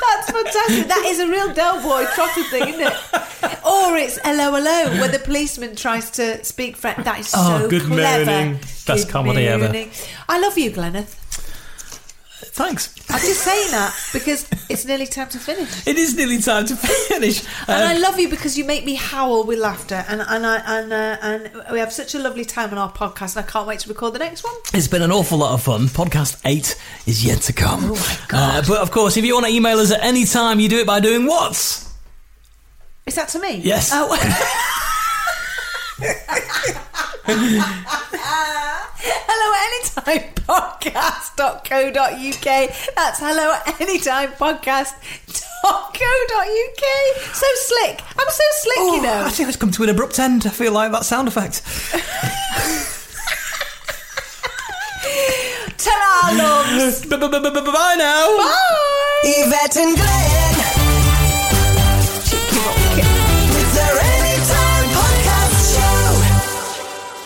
C: That's fantastic. That is a real Del Boy Trotter thing, isn't it? Or it's hello, hello, where the policeman tries to speak French. That is
A: Oh,
C: so
A: good
C: clever.
A: morning. Best comedy ever.
C: I love you, Glenneth.
A: Thanks.
C: I'm just saying that because it's nearly time to finish.
A: It is nearly time to finish.
C: And
A: Um,
C: I love you because you make me howl with laughter, and and I and uh, and we have such a lovely time on our podcast, and I can't wait to record the next one.
A: It's been an awful lot of fun. Podcast 8 is yet to come. Uh, but of course, if you want to email us at any time, you do it by doing what?
C: Is that to me?
A: Yes.
C: Oh. Hello at anytime podcast.co.uk.
K: hello.co.uk. That's hello at anytime podcast.co.uk. So slick. I'm so slick,
L: Oh,
K: you know.
A: Oh, I think it's come to an abrupt end. I feel like that sound effect.
K: Ta-ra, loves.
A: Bye now.
L: Bye. Yvette and Glenn. It's their anytime podcast show.